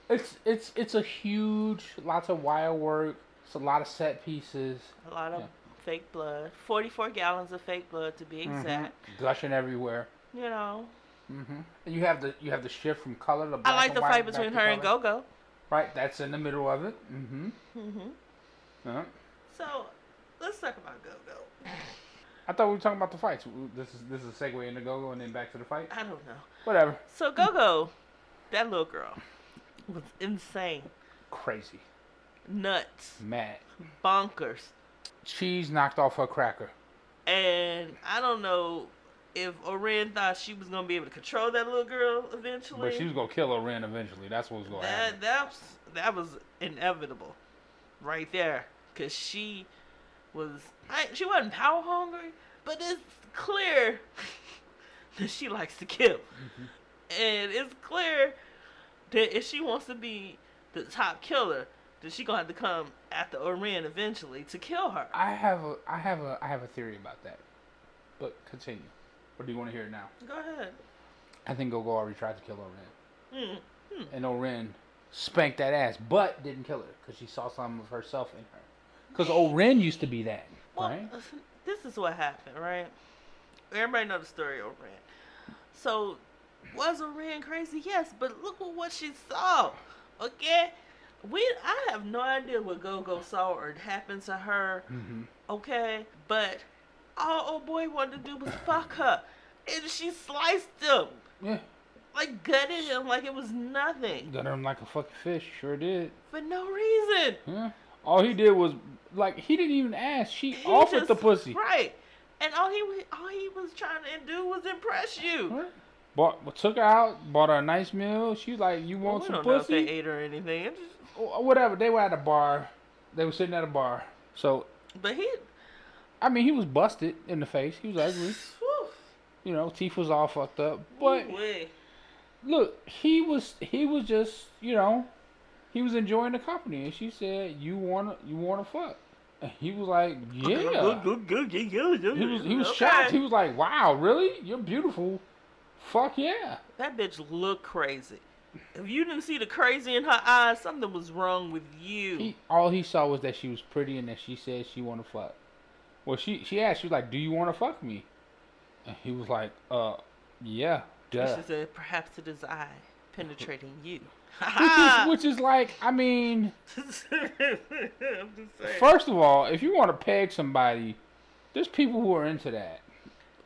Speaker 2: It's it's it's a huge, lots of wire work. It's a lot of set pieces.
Speaker 1: A lot of
Speaker 2: Yeah.
Speaker 1: fake blood. 44 gallons of fake blood to
Speaker 2: Mm-hmm.
Speaker 1: be exact.
Speaker 2: Gushing everywhere.
Speaker 1: You know,
Speaker 2: And you have the you have the shift from color to black
Speaker 1: I like
Speaker 2: and
Speaker 1: the
Speaker 2: white
Speaker 1: fight
Speaker 2: back
Speaker 1: between
Speaker 2: to
Speaker 1: her and
Speaker 2: color.
Speaker 1: Go Go.
Speaker 2: Right, that's in the middle of it. Mm-hmm.
Speaker 1: Mhm.
Speaker 2: Uh-huh.
Speaker 1: So let's talk about Go Go.
Speaker 2: I I thought we were talking about the fights. This is this is a segue into Go-Go and then back to the fight.
Speaker 1: I don't know.
Speaker 2: Whatever.
Speaker 1: So Gogo, that little girl was insane,
Speaker 2: Crazy.
Speaker 1: nuts,
Speaker 2: Mad.
Speaker 1: bonkers,
Speaker 2: Cheese knocked off her cracker.
Speaker 1: and I don't know if Oren thought she was gonna be able to control that little girl eventually.
Speaker 2: But she was gonna kill her Ren eventually. That's what was gonna
Speaker 1: that
Speaker 2: happen.
Speaker 1: that was, that was inevitable, right there, cause she was I, she wasn't power hungry, but it's clear [LAUGHS] that she likes to kill,
Speaker 2: Mm-hmm.
Speaker 1: and it's clear that if she wants to be the top killer, that she gonna have to come after Oren eventually to kill her.
Speaker 2: I have a I have a I have a theory about that. But continue. Or do you want to hear it now?
Speaker 1: Go ahead.
Speaker 2: I think Gogo already tried to kill Oren,
Speaker 1: Mm.
Speaker 2: and Oren spanked that ass, but didn't kill her because she saw some of herself in her. Because Oren used to be that,
Speaker 1: Well, uh,
Speaker 2: right?
Speaker 1: [LAUGHS] this is what happened, right? Everybody know the story of Ren. So, was Ren crazy? Yes, but look at what she saw. Okay, we I have no idea what Gogo saw or happened to her.
Speaker 2: Mm-hmm.
Speaker 1: Okay, but all old boy wanted to do was fuck her, and she sliced him,
Speaker 2: Yeah,
Speaker 1: like gutted him like it was nothing
Speaker 2: got him like a fucking fish. Sure did.
Speaker 1: for no reason.
Speaker 2: Yeah. All he did was like he didn't even ask. She
Speaker 1: He
Speaker 2: offered the
Speaker 1: just-
Speaker 2: pussy.
Speaker 1: right? And all he wa- all he was trying to do was impress you.
Speaker 2: Right. Bought took her out, bought her a nice meal. She's like, "You
Speaker 1: Well,
Speaker 2: want
Speaker 1: we
Speaker 2: some
Speaker 1: don't
Speaker 2: pussy?"
Speaker 1: know if they ate or anything. It just-
Speaker 2: Or Whatever. They were at a bar. They were sitting at a bar. So
Speaker 1: but he,
Speaker 2: I mean, he was busted in the face. He was ugly.
Speaker 1: whew,
Speaker 2: You know, teeth was all fucked up. But
Speaker 1: wee.
Speaker 2: look, he was he was just you know, he was enjoying the company, and she said, "You wanna you wanna fuck?" And he was like, "Yeah." He was he was
Speaker 1: Okay.
Speaker 2: shocked. He was like, "Wow, really? You're beautiful." Fuck yeah.
Speaker 1: That bitch looked crazy. If you didn't see the crazy in her eyes, something was wrong with you.
Speaker 2: He all he saw was that she was pretty and that she said she wanna fuck. Well, she she asked, she was like, "Do you wanna fuck me?" And he was like, "Uh, yeah,
Speaker 1: And
Speaker 2: duh."
Speaker 1: She said, perhaps it is I penetrating you. [LAUGHS]
Speaker 2: Which
Speaker 1: Ah.
Speaker 2: is, which is like, I mean,
Speaker 1: I'm just saying.
Speaker 2: First of all, if you want to peg somebody, there's people who are into that.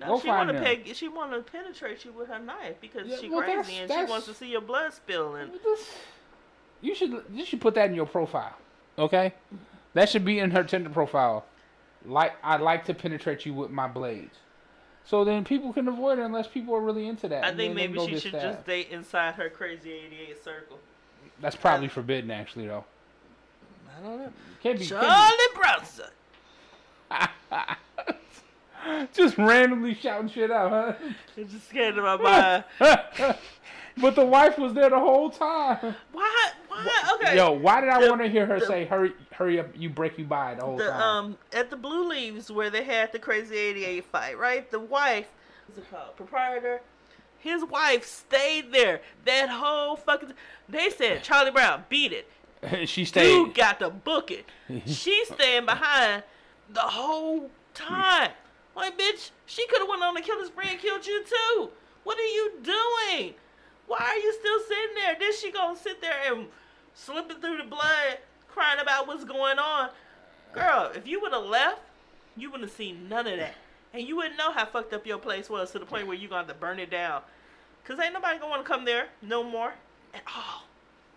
Speaker 1: No,
Speaker 2: go
Speaker 1: she want
Speaker 2: find
Speaker 1: to
Speaker 2: them.
Speaker 1: peg. She want to penetrate you with her knife because
Speaker 2: Yeah,
Speaker 1: she
Speaker 2: well, that's-
Speaker 1: crazy and she
Speaker 2: that's-
Speaker 1: wants to see your blood spilling.
Speaker 2: This- you should you should put that in your profile, okay? That should be in her Tinder profile. Like I like to penetrate you with my blades. So then people can avoid her unless people are really into that.
Speaker 1: I
Speaker 2: and
Speaker 1: think
Speaker 2: then they
Speaker 1: maybe
Speaker 2: go
Speaker 1: she
Speaker 2: get
Speaker 1: should
Speaker 2: stabbed.
Speaker 1: just date inside her crazy 88 circle.
Speaker 2: That's probably forbidden, actually, though.
Speaker 1: I don't [LAUGHS] know.
Speaker 2: Can't be. Can't
Speaker 1: Charlie Bronson.
Speaker 2: be. [LAUGHS] just randomly shouting shit out,
Speaker 1: It just came to my mind. Uh,
Speaker 2: huh? [LAUGHS] but the wife was there the whole time.
Speaker 1: [LAUGHS] Why? Why? Okay.
Speaker 2: Yo, why did I
Speaker 1: The-
Speaker 2: want to hear her
Speaker 1: the-
Speaker 2: say "hurry, hurry up, you break, you buy" the whole
Speaker 1: the
Speaker 2: time?
Speaker 1: um at the Blue Leaves where they had the crazy eighty eight fight, right? The wife, what's it called, proprietor, his wife stayed there that whole fucking. They said Charlie Brown beat it. um,
Speaker 2: [LAUGHS] she stayed.
Speaker 1: You got to book it. She's staying behind the whole time. Like bitch, she could have went on to kill his friend, and killed you too. What are you doing? Why are you still sitting there? Then she gonna sit there and slipping through the blood, crying about what's going on. Girl, if you would have left, you wouldn't have seen none of that. And you wouldn't know how fucked up your place was to the point where you gonna have to burn it down. Cause ain't nobody gonna wanna come there no more at all.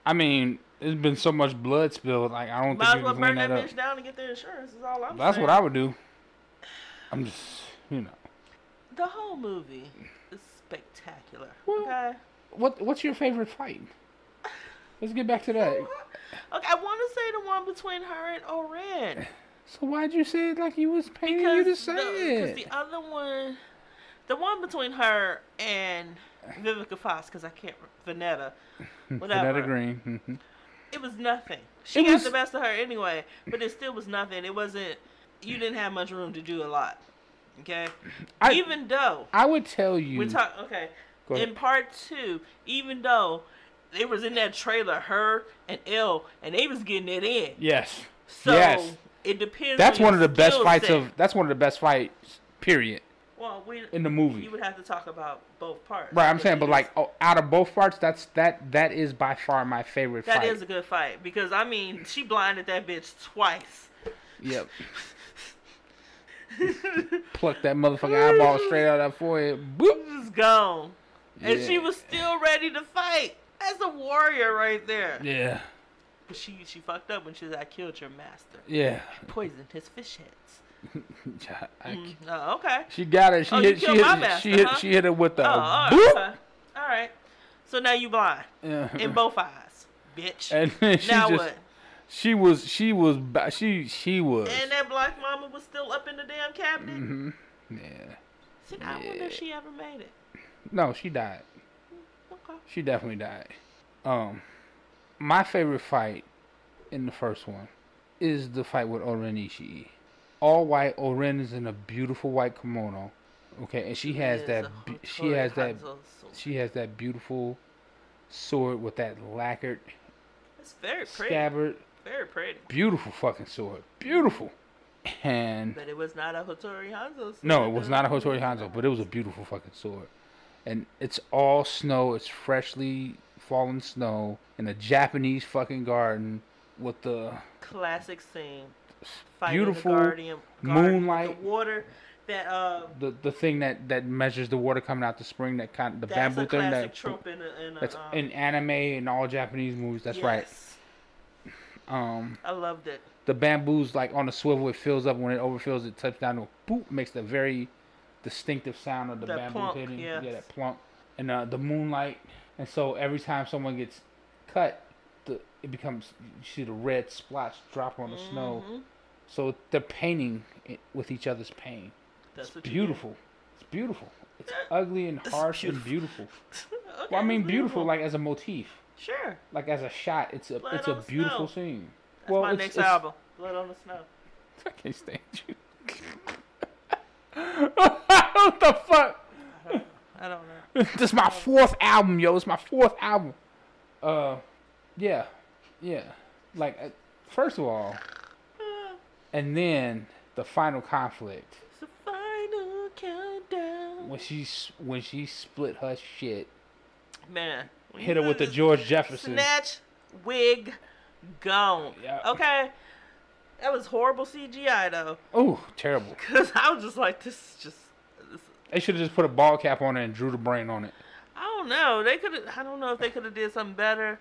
Speaker 2: I mean, there's been so much blood spilled. Like I don't
Speaker 1: Might as
Speaker 2: think you
Speaker 1: well
Speaker 2: can
Speaker 1: burn
Speaker 2: clean
Speaker 1: that
Speaker 2: that up.
Speaker 1: bitch down and get their insurance. Is all I'm
Speaker 2: That's
Speaker 1: saying.
Speaker 2: what I would do. I'm just, you know.
Speaker 1: The whole movie is spectacular.
Speaker 2: Well-
Speaker 1: okay.
Speaker 2: What What's your favorite fight? Let's get back to that.
Speaker 1: Okay, I want to say the one between her and Oren
Speaker 2: So why'd you say it like you was paying you
Speaker 1: because
Speaker 2: to say
Speaker 1: the, 'cause
Speaker 2: it?
Speaker 1: the other one, the one between her and Vivica Fox, because I can't re- [LAUGHS] Vanetta, whatever.
Speaker 2: Vanetta Green. mhm.
Speaker 1: It was nothing. She
Speaker 2: It
Speaker 1: got
Speaker 2: was-
Speaker 1: the best of her anyway, but it still was nothing. It wasn't. You didn't have much room to do a lot. Okay.
Speaker 2: I-
Speaker 1: Even though
Speaker 2: I would tell you.
Speaker 1: We talk okay.
Speaker 2: Go ahead.
Speaker 1: In part two, even though it was in that trailer, her and L, and they was getting it in.
Speaker 2: yes.
Speaker 1: So
Speaker 2: yes.
Speaker 1: it depends.
Speaker 2: That's
Speaker 1: on
Speaker 2: one of
Speaker 1: your
Speaker 2: the best
Speaker 1: skill
Speaker 2: fights
Speaker 1: set.
Speaker 2: of. That's one of the best fights. Period.
Speaker 1: Well, we
Speaker 2: In the movie.
Speaker 1: you would have to talk about both parts.
Speaker 2: Right, I'm saying, but like oh, out of both parts, that's that that is by far my favorite
Speaker 1: that is
Speaker 2: fight.
Speaker 1: a good fight because I mean [LAUGHS] she blinded that bitch twice.
Speaker 2: yep. Pluck that motherfucking eyeball straight out of that forehead. Boop.
Speaker 1: Just gone. And she
Speaker 2: Yeah.
Speaker 1: was still ready to fight. That's a warrior right there.
Speaker 2: Yeah.
Speaker 1: But she she fucked up when she was I killed your master.
Speaker 2: Yeah.
Speaker 1: Poisoned his fish heads.
Speaker 2: I-
Speaker 1: Mm, oh, okay.
Speaker 2: She got it. She
Speaker 1: Oh, you
Speaker 2: hit. She
Speaker 1: killed
Speaker 2: hit,
Speaker 1: my master,
Speaker 2: she hit.
Speaker 1: huh?
Speaker 2: She hit it with the.
Speaker 1: Oh, all right.
Speaker 2: boop.
Speaker 1: okay. All right. So now you blind
Speaker 2: Yeah. [CLEARS THROAT]
Speaker 1: in both eyes, bitch.
Speaker 2: And [LAUGHS] then she
Speaker 1: now
Speaker 2: just.
Speaker 1: what?
Speaker 2: She was. She was. ba- She. She was.
Speaker 1: And that black mama was still up in the damn cabinet.
Speaker 2: hmm Yeah.
Speaker 1: See, I wonder if
Speaker 2: Yeah.
Speaker 1: she ever made it.
Speaker 2: No, she died.
Speaker 1: Okay.
Speaker 2: She definitely died. Um, my favorite fight in the first one is the fight with Oren Ishii. All white. Oren is in a beautiful white kimono. Okay, and she has
Speaker 1: Is
Speaker 2: that.
Speaker 1: a
Speaker 2: be- She has that.
Speaker 1: Hotoranzo sword.
Speaker 2: She has that beautiful sword with that lacquered
Speaker 1: It's very pretty.
Speaker 2: scabbard.
Speaker 1: Very pretty.
Speaker 2: Beautiful fucking sword. Beautiful. And
Speaker 1: But it was not a Hotori Hanzo sword.
Speaker 2: no, it was
Speaker 1: though.
Speaker 2: not a Hotori Hanzo, but it was a beautiful fucking sword. And it's all snow. It's freshly fallen snow in a Japanese fucking garden with the
Speaker 1: classic scene. Fight
Speaker 2: Beautiful
Speaker 1: in the guardian, garden with
Speaker 2: moonlight.
Speaker 1: The water that uh,
Speaker 2: the, the thing that, that measures the water coming out the spring. That kind the
Speaker 1: that's
Speaker 2: bamboo
Speaker 1: a
Speaker 2: thing
Speaker 1: classic
Speaker 2: that
Speaker 1: trope in a, in a,
Speaker 2: that's
Speaker 1: um,
Speaker 2: in anime and all Japanese movies. That's right.
Speaker 1: yes.
Speaker 2: Um,
Speaker 1: I loved it.
Speaker 2: the bamboo's like on a swivel. It fills up when it overfills. It touches down. It boop makes the very distinctive sound of the
Speaker 1: That
Speaker 2: bamboo
Speaker 1: plunk,
Speaker 2: hitting. Yeah,
Speaker 1: yes.
Speaker 2: that plunk. And uh, the moonlight. And so every time someone gets cut, the it becomes you see the red splotch drop on the snow.
Speaker 1: Mhm.
Speaker 2: So they're painting it with each other's pain.
Speaker 1: That's what you get. [LAUGHS]
Speaker 2: Beautiful. It's beautiful. It's ugly and
Speaker 1: It's
Speaker 2: harsh and beautiful.
Speaker 1: [LAUGHS]
Speaker 2: Well, I mean beautiful like as a motif,
Speaker 1: sure.
Speaker 2: like as a shot. It's a
Speaker 1: Blood
Speaker 2: it's a
Speaker 1: on
Speaker 2: beautiful
Speaker 1: snow.
Speaker 2: scene.
Speaker 1: That's my
Speaker 2: it's-
Speaker 1: next
Speaker 2: it's-
Speaker 1: album, Blood on the Snow.
Speaker 2: I can't stand you. [LAUGHS] what the fuck?
Speaker 1: I don't know.
Speaker 2: [LAUGHS] This is my fourth album, yo. It's my fourth album. Uh, yeah, yeah. Like, uh, first of all,
Speaker 1: Ah,
Speaker 2: and then the final conflict
Speaker 1: It's the final countdown.
Speaker 2: when she s- when she split her shit,
Speaker 1: Man, when
Speaker 2: hit
Speaker 1: you
Speaker 2: her with the
Speaker 1: do this
Speaker 2: George Jefferson.
Speaker 1: snatch wig gone.
Speaker 2: Yeah.
Speaker 1: Okay, that was horrible CGI though,
Speaker 2: Oh, terrible.
Speaker 1: because I was just like, this is just. This,
Speaker 2: They should have just put a ball cap on it and drew the brain on it.
Speaker 1: I don't know. They could. I don't know if they could have did something better.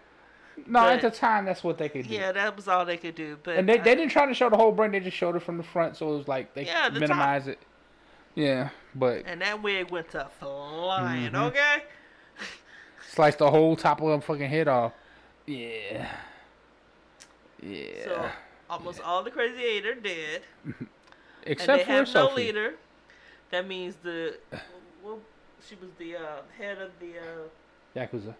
Speaker 2: No, at the
Speaker 1: But-
Speaker 2: time, that's what they could do.
Speaker 1: Yeah, that was all they could do. But
Speaker 2: And they,
Speaker 1: I-
Speaker 2: they didn't try to show the whole brain. They just showed it from the front, so it was like they
Speaker 1: Yeah, the
Speaker 2: minimized it. Yeah, but
Speaker 1: and that wig went to flying.
Speaker 2: Mhm.
Speaker 1: Okay.
Speaker 2: sliced the whole top of her fucking head off. Yeah. Yeah.
Speaker 1: So almost all the crazy eight are dead,
Speaker 2: Except
Speaker 1: and they
Speaker 2: for
Speaker 1: have
Speaker 2: Sophie.
Speaker 1: no leader. That means the well, she was the uh, head of the uh,
Speaker 2: Yakuza.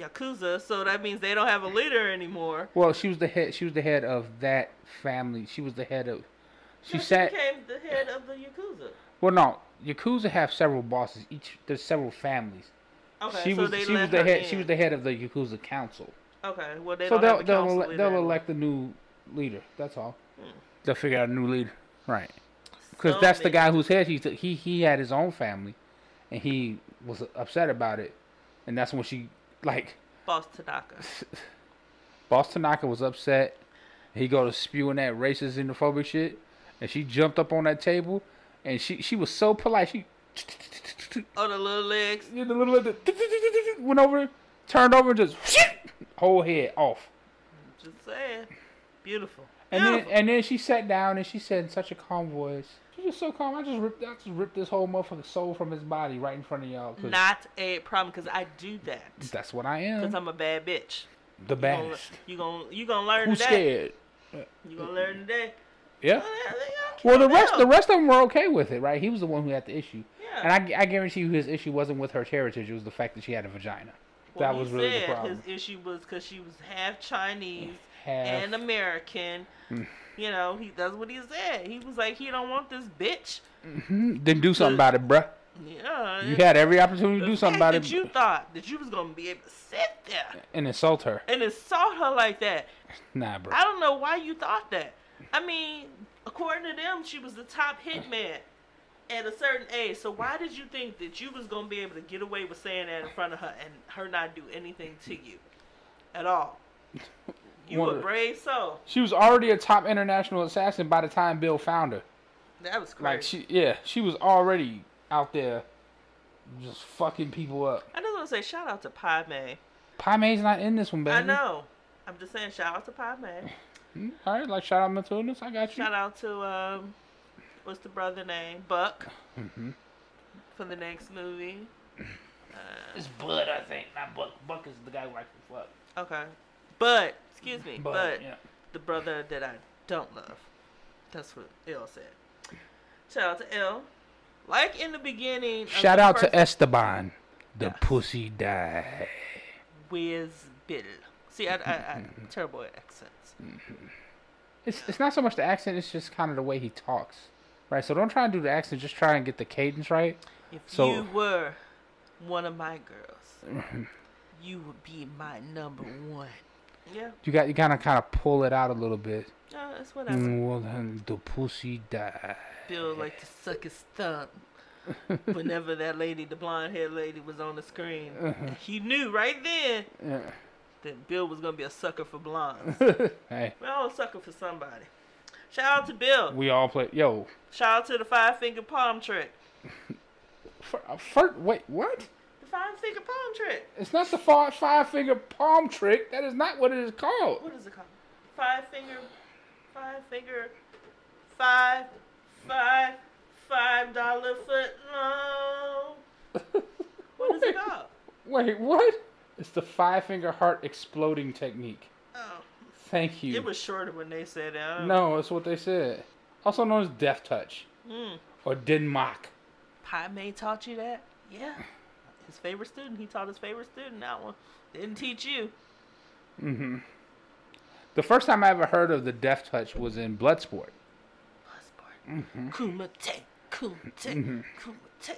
Speaker 1: yakuza, so that means they don't have a leader anymore.
Speaker 2: Well, she was the head. She was the head of that family. She was the head of. She
Speaker 1: No,
Speaker 2: sat.
Speaker 1: became the head of the yakuza.
Speaker 2: Well, no. Yakuza have several bosses. Each there's several families.
Speaker 1: Okay,
Speaker 2: she
Speaker 1: so
Speaker 2: was.
Speaker 1: they
Speaker 2: she
Speaker 1: let
Speaker 2: was the
Speaker 1: her
Speaker 2: head.
Speaker 1: in.
Speaker 2: She was the head of the Yakuza council.
Speaker 1: Okay, well they
Speaker 2: so
Speaker 1: don't have
Speaker 2: they'll
Speaker 1: a
Speaker 2: they'll
Speaker 1: council Hmm.
Speaker 2: ele-
Speaker 1: leader
Speaker 2: they'll
Speaker 1: anymore.
Speaker 2: elect a new leader. That's all. They'll figure out a new leader. Right. Because
Speaker 1: So
Speaker 2: that's the
Speaker 1: many-
Speaker 2: guy whose head he took. He he had his own family, and he was upset about it, and that's when she like
Speaker 1: Boss Tanaka.
Speaker 2: Boss Tanaka was upset. He go to spewing that racist xenophobic shit, and she jumped up on that table, and she she was so polite. She
Speaker 1: Oh, the little legs.
Speaker 2: the little the- went over, turned over, and just whole head off.
Speaker 1: Just saying, beautiful.
Speaker 2: And then,
Speaker 1: Beautiful.
Speaker 2: and then she sat down and she said in such a calm voice, "She was so calm. I just ripped, I just ripped this whole motherfucking soul from his body right in front of y'all. 'cause
Speaker 1: Not a problem because I do that
Speaker 2: that's what I
Speaker 1: because
Speaker 2: am.
Speaker 1: I'm a bad bitch.
Speaker 2: the
Speaker 1: You gonna-
Speaker 2: baddest.
Speaker 1: You gonna you gonna learn
Speaker 2: Who's
Speaker 1: today.
Speaker 2: scared?
Speaker 1: You gonna learn today.
Speaker 2: Yeah.
Speaker 1: Oh, yeah, they all
Speaker 2: Well, the
Speaker 1: killed
Speaker 2: rest, the
Speaker 1: them.
Speaker 2: rest of them were okay with it, right? He was the one who had the issue,
Speaker 1: Yeah.
Speaker 2: and I, gu- I guarantee you, his issue wasn't with her heritage; it was the fact that she had a vagina.
Speaker 1: Well,
Speaker 2: that
Speaker 1: he
Speaker 2: was really the
Speaker 1: said
Speaker 2: problem.
Speaker 1: His issue was because she was half Chinese
Speaker 2: Half- Mm.
Speaker 1: and American. You know, he that's what he said. He was like, he don't want this bitch.
Speaker 2: Mhm. Then do something about it, bruh.
Speaker 1: Yeah.
Speaker 2: You
Speaker 1: and
Speaker 2: had every opportunity to
Speaker 1: the
Speaker 2: do something
Speaker 1: fact
Speaker 2: about it
Speaker 1: That you thought that you was gonna be able to sit there
Speaker 2: and insult her.
Speaker 1: and insult her like that.
Speaker 2: Nah, bruh.
Speaker 1: I don't know why you thought that. I mean, according to them, she was the top hitman at a certain age. So why did you think that you was gonna be able to get away with saying that in front of her and her not do anything to you at all? You
Speaker 2: Wonder-
Speaker 1: a brave soul.
Speaker 2: She was already a top international assassin by the time Bill found her.
Speaker 1: That was crazy.
Speaker 2: Like she, yeah, she was already out there, just fucking people up.
Speaker 1: I just want to say shout out to Pi May.
Speaker 2: Pi May's not in this one, baby.
Speaker 1: I know. I'm just saying shout out to Pi May.
Speaker 2: Hmm, All right, like shout out mental illness. I got you.
Speaker 1: Shout out to um, what's the brother name? Buck
Speaker 2: Mm-hmm.
Speaker 1: for the next movie. Uh,
Speaker 2: It's Bud, I think. Not Buck. Buck is the guy who likes to fuck.
Speaker 1: okay, but excuse me,
Speaker 2: Bud,
Speaker 1: but
Speaker 2: yeah.
Speaker 1: the brother that I don't love. That's what L said. Shout out to L. Like in the beginning. of
Speaker 2: Shout
Speaker 1: the
Speaker 2: out
Speaker 1: first-
Speaker 2: to Esteban. The
Speaker 1: Yeah.
Speaker 2: pussy died.
Speaker 1: Where's Bill? See, I, I, I terrible at accents.
Speaker 2: It's it's not so much the accent. It's just kind of the way he talks, right? So don't try and do the accent. Just try and get the cadence right.
Speaker 1: If
Speaker 2: So-
Speaker 1: you were one of my
Speaker 2: [LAUGHS]
Speaker 1: girls, you would be my number one. Yeah,
Speaker 2: You got you kind of kind of pull it out a little bit.
Speaker 1: no, it's whatever.
Speaker 2: Mm, Well, then the pussy died.
Speaker 1: Bill liked to suck his thumb. Whenever that lady, the blonde haired lady, was on the screen,
Speaker 2: [LAUGHS]
Speaker 1: And he knew right then
Speaker 2: Yeah. [LAUGHS]
Speaker 1: that Bill was gonna be a sucker for blondes.
Speaker 2: hey,
Speaker 1: we all sucker for somebody. Shout out to Bill.
Speaker 2: we all play. Yo,
Speaker 1: Shout out to the five finger palm trick.
Speaker 2: first, uh, wait, what?
Speaker 1: The five finger palm trick.
Speaker 2: It's not the five five finger palm trick. That is not what it is called. [LAUGHS]
Speaker 1: What is it called? Five finger, five finger, five, five, five dollar foot long. What
Speaker 2: [LAUGHS]
Speaker 1: is it called?
Speaker 2: Wait, what? It's the five finger heart exploding technique.
Speaker 1: Oh,
Speaker 2: Thank you.
Speaker 1: it was shorter when they said that. I don't
Speaker 2: no, that's what they said. Also known as death touch
Speaker 1: Mm.
Speaker 2: or denmark.
Speaker 1: Pi May taught you that? Yeah. His favorite student. He taught his favorite student that one. Didn't teach you.
Speaker 2: hmm The first time I ever heard of the death touch was in Bloodsport.
Speaker 1: Bloodsport. Kumite. Kumite. Kumite.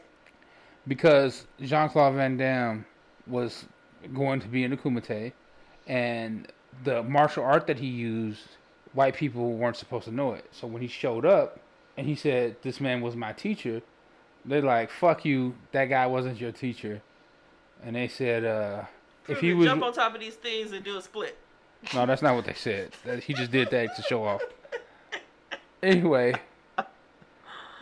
Speaker 2: because Jean Claude Van Damme was going to be in the Kumite, and the martial art that he used, white people weren't supposed to know it. So when he showed up and he said, This man was my teacher, they like, Fuck you, that guy wasn't your teacher. And they said, uh, If he was.
Speaker 1: jump on top of these things and do a split.
Speaker 2: No, that's not what they said. That- He just did that to show off. Anyway,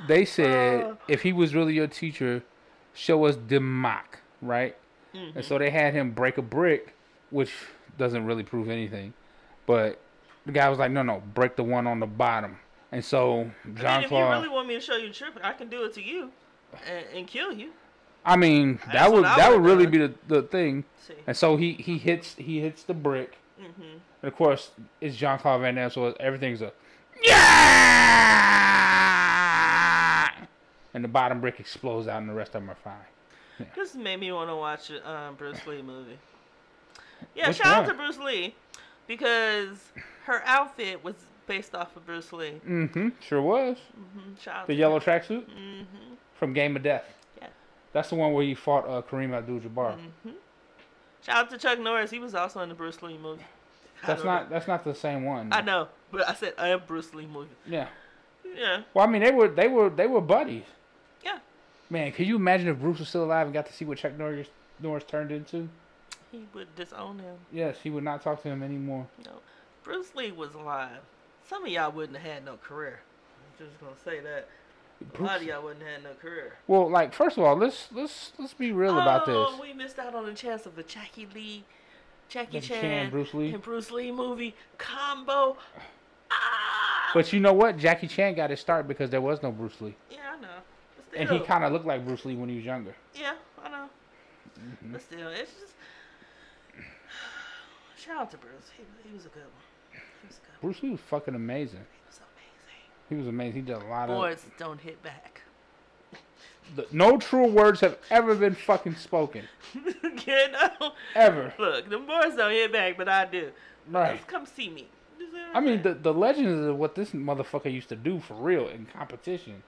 Speaker 2: they
Speaker 1: Oh.
Speaker 2: said if he was really your teacher, show us Dimok, right? And
Speaker 1: Mm-hmm.
Speaker 2: so they had him break a brick, which doesn't really prove anything. But the guy was like, no, no, break the one on the bottom. And so
Speaker 1: I
Speaker 2: John
Speaker 1: mean, if you
Speaker 2: Claude,
Speaker 1: really want me to show you tripping, I can do it to you and, and kill you.
Speaker 2: I mean, that
Speaker 1: what
Speaker 2: would
Speaker 1: I
Speaker 2: that would
Speaker 1: would've
Speaker 2: really
Speaker 1: done.
Speaker 2: be the, the thing.
Speaker 1: See.
Speaker 2: And so he he hits he hits the brick.
Speaker 1: Mm-hmm.
Speaker 2: And of course, it's John Claude Van Damme, so everything's a yeah. And the bottom brick explodes out, and the rest of them are fine.
Speaker 1: This made me want to watch a um, Bruce Lee movie. Yeah,
Speaker 2: Which
Speaker 1: shout out to
Speaker 2: one?
Speaker 1: Bruce Lee because her outfit was based off of Bruce Lee.
Speaker 2: Mm-hmm. Sure was
Speaker 1: Mhm, Shout out
Speaker 2: Mm-hmm. the
Speaker 1: to
Speaker 2: yellow tracksuit
Speaker 1: Mm-hmm.
Speaker 2: from Game of Death.
Speaker 1: Yeah. Mm-hmm.
Speaker 2: That's the one where he fought uh, Kareem Abdul-Jabbar.
Speaker 1: Shout out to Chuck Norris. He was also in the Bruce Lee movie. I
Speaker 2: That's
Speaker 1: don't
Speaker 2: not
Speaker 1: know.
Speaker 2: that's not the same one.
Speaker 1: I know, but I said a Bruce Lee movie.
Speaker 2: Yeah.
Speaker 1: Yeah.
Speaker 2: Well, I mean, they were they were they were buddies.
Speaker 1: Yeah.
Speaker 2: Man, could you imagine if Bruce was still alive and got to see what Chuck Norris Norris turned into?
Speaker 1: He would disown him.
Speaker 2: Yes, he would not talk to him anymore.
Speaker 1: No. Bruce Lee was alive. Some of y'all wouldn't have had no career. I'm just gonna say that. A lot of
Speaker 2: Bruce-
Speaker 1: y'all wouldn't have had no career.
Speaker 2: Well, like first of all, let's let's let's be real about this.
Speaker 1: Oh, we missed out on the chance of the Jackie Lee, Jackie,
Speaker 2: Jackie
Speaker 1: Chan,
Speaker 2: Chan, Bruce Lee.
Speaker 1: and Bruce Lee movie combo. Ah!
Speaker 2: But you know what? Jackie Chan got his start because there was no Bruce Lee,
Speaker 1: yeah, I know. But Still,
Speaker 2: and he kind of looked like Bruce Lee when he was younger.
Speaker 1: yeah, I know.
Speaker 2: Mm-hmm.
Speaker 1: But still, it's just [SIGHS] shout out to Bruce. He, he was a good one. He was good.
Speaker 2: Bruce Lee was fucking amazing.
Speaker 1: He was amazing.
Speaker 2: He was amazing. He did a lot of.
Speaker 1: Boards don't hit back. [LAUGHS]
Speaker 2: The, no true words have ever been fucking spoken,
Speaker 1: you know.
Speaker 2: ever.
Speaker 1: Look, the boys don't hit back, but I do.
Speaker 2: Right.
Speaker 1: Just come see me. You see what I'm
Speaker 2: I mean,
Speaker 1: saying?
Speaker 2: the the legends of what this motherfucker used to do for real in competition,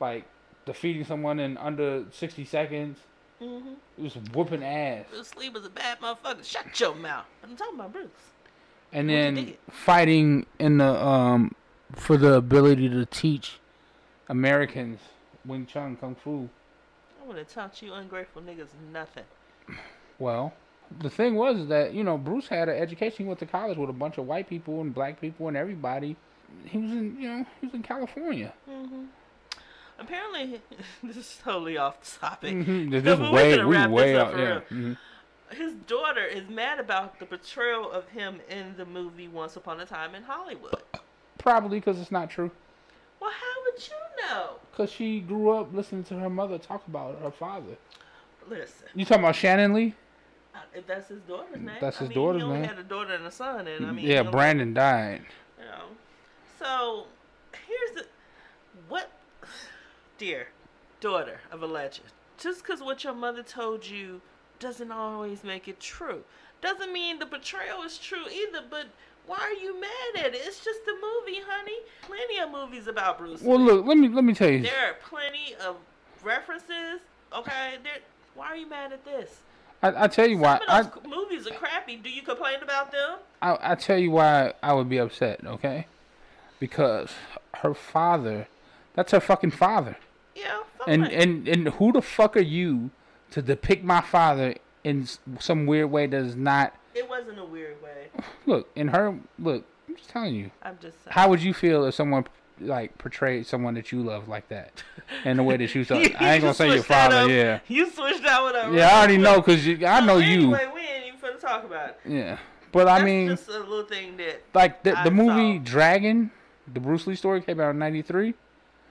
Speaker 2: like defeating someone in under sixty seconds.
Speaker 1: Mhm.
Speaker 2: It was whooping ass,
Speaker 1: Bruce Lee was a bad motherfucker. Shut your mouth. I'm talking about Bruce.
Speaker 2: and
Speaker 1: Well, he
Speaker 2: then
Speaker 1: did.
Speaker 2: fighting in the um for the ability to teach Americans Wing Chun Kung Fu.
Speaker 1: I would have taught you ungrateful niggas nothing.
Speaker 2: Well, the thing was that you know Bruce had an education. He went to college with a bunch of white people and black people and everybody. he was in you know he was
Speaker 1: [LAUGHS]
Speaker 2: in California.
Speaker 1: hmm Apparently, [LAUGHS] this is totally off topic.
Speaker 2: Mhm, This
Speaker 1: No,
Speaker 2: is
Speaker 1: but we're
Speaker 2: way
Speaker 1: gonna
Speaker 2: we
Speaker 1: wrap this
Speaker 2: way
Speaker 1: up
Speaker 2: up.
Speaker 1: for
Speaker 2: Yeah.
Speaker 1: real.
Speaker 2: mhm.
Speaker 1: His daughter is mad about the portrayal of him in the movie Once Upon a Time in Hollywood.
Speaker 2: Probably because it's not true.
Speaker 1: Well, how would you know?
Speaker 2: Because she grew up listening to her mother talk about her father.
Speaker 1: Listen,
Speaker 2: You talking about Shannon Lee?
Speaker 1: I- if that's his daughter's name.
Speaker 2: Mm, That's
Speaker 1: I
Speaker 2: his
Speaker 1: mean,
Speaker 2: daughter's
Speaker 1: he only
Speaker 2: name. Mm,
Speaker 1: had a daughter and a son, and I mean,
Speaker 2: yeah,
Speaker 1: he only-
Speaker 2: Brandon died.
Speaker 1: You know. So here's the what, [SIGHS] dear daughter of a legend. Just because what your mother told you doesn't always make it true. Doesn't mean the portrayal is true either. But why are you mad at it? It's just a movie, honey. Plenty of movies about Bruce.
Speaker 2: Well,
Speaker 1: Lee.
Speaker 2: look, let me let me tell you.
Speaker 1: There are plenty of references. Okay, there. Why are you mad at this?
Speaker 2: I, I tell you why.
Speaker 1: Some
Speaker 2: I,
Speaker 1: of those c- movies are crappy. Do you complain about them?
Speaker 2: I I tell you why I would be upset. Okay, because her father, that's her fucking father.
Speaker 1: Yeah.
Speaker 2: And
Speaker 1: fine.
Speaker 2: and and who the fuck are you to depict my father in s- some weird way that is not?
Speaker 1: it wasn't a weird way.
Speaker 2: Look, in her look, I'm just telling you.
Speaker 1: I'm just saying.
Speaker 2: How would you feel if someone like portrayed someone that you love like that, in the way that
Speaker 1: [LAUGHS]
Speaker 2: you thought? I ain't gonna say your
Speaker 1: switched that
Speaker 2: father.
Speaker 1: up.
Speaker 2: Yeah.
Speaker 1: You switched that one up.
Speaker 2: Yeah, I already
Speaker 1: real
Speaker 2: know
Speaker 1: quick.
Speaker 2: because I know
Speaker 1: So
Speaker 2: you.
Speaker 1: Anyway, we ain't even finna talk about it.
Speaker 2: Yeah, but I
Speaker 1: That's
Speaker 2: mean,
Speaker 1: just a little thing that
Speaker 2: like the
Speaker 1: I
Speaker 2: the movie
Speaker 1: saw.
Speaker 2: Dragon, the Bruce Lee story came out in '93.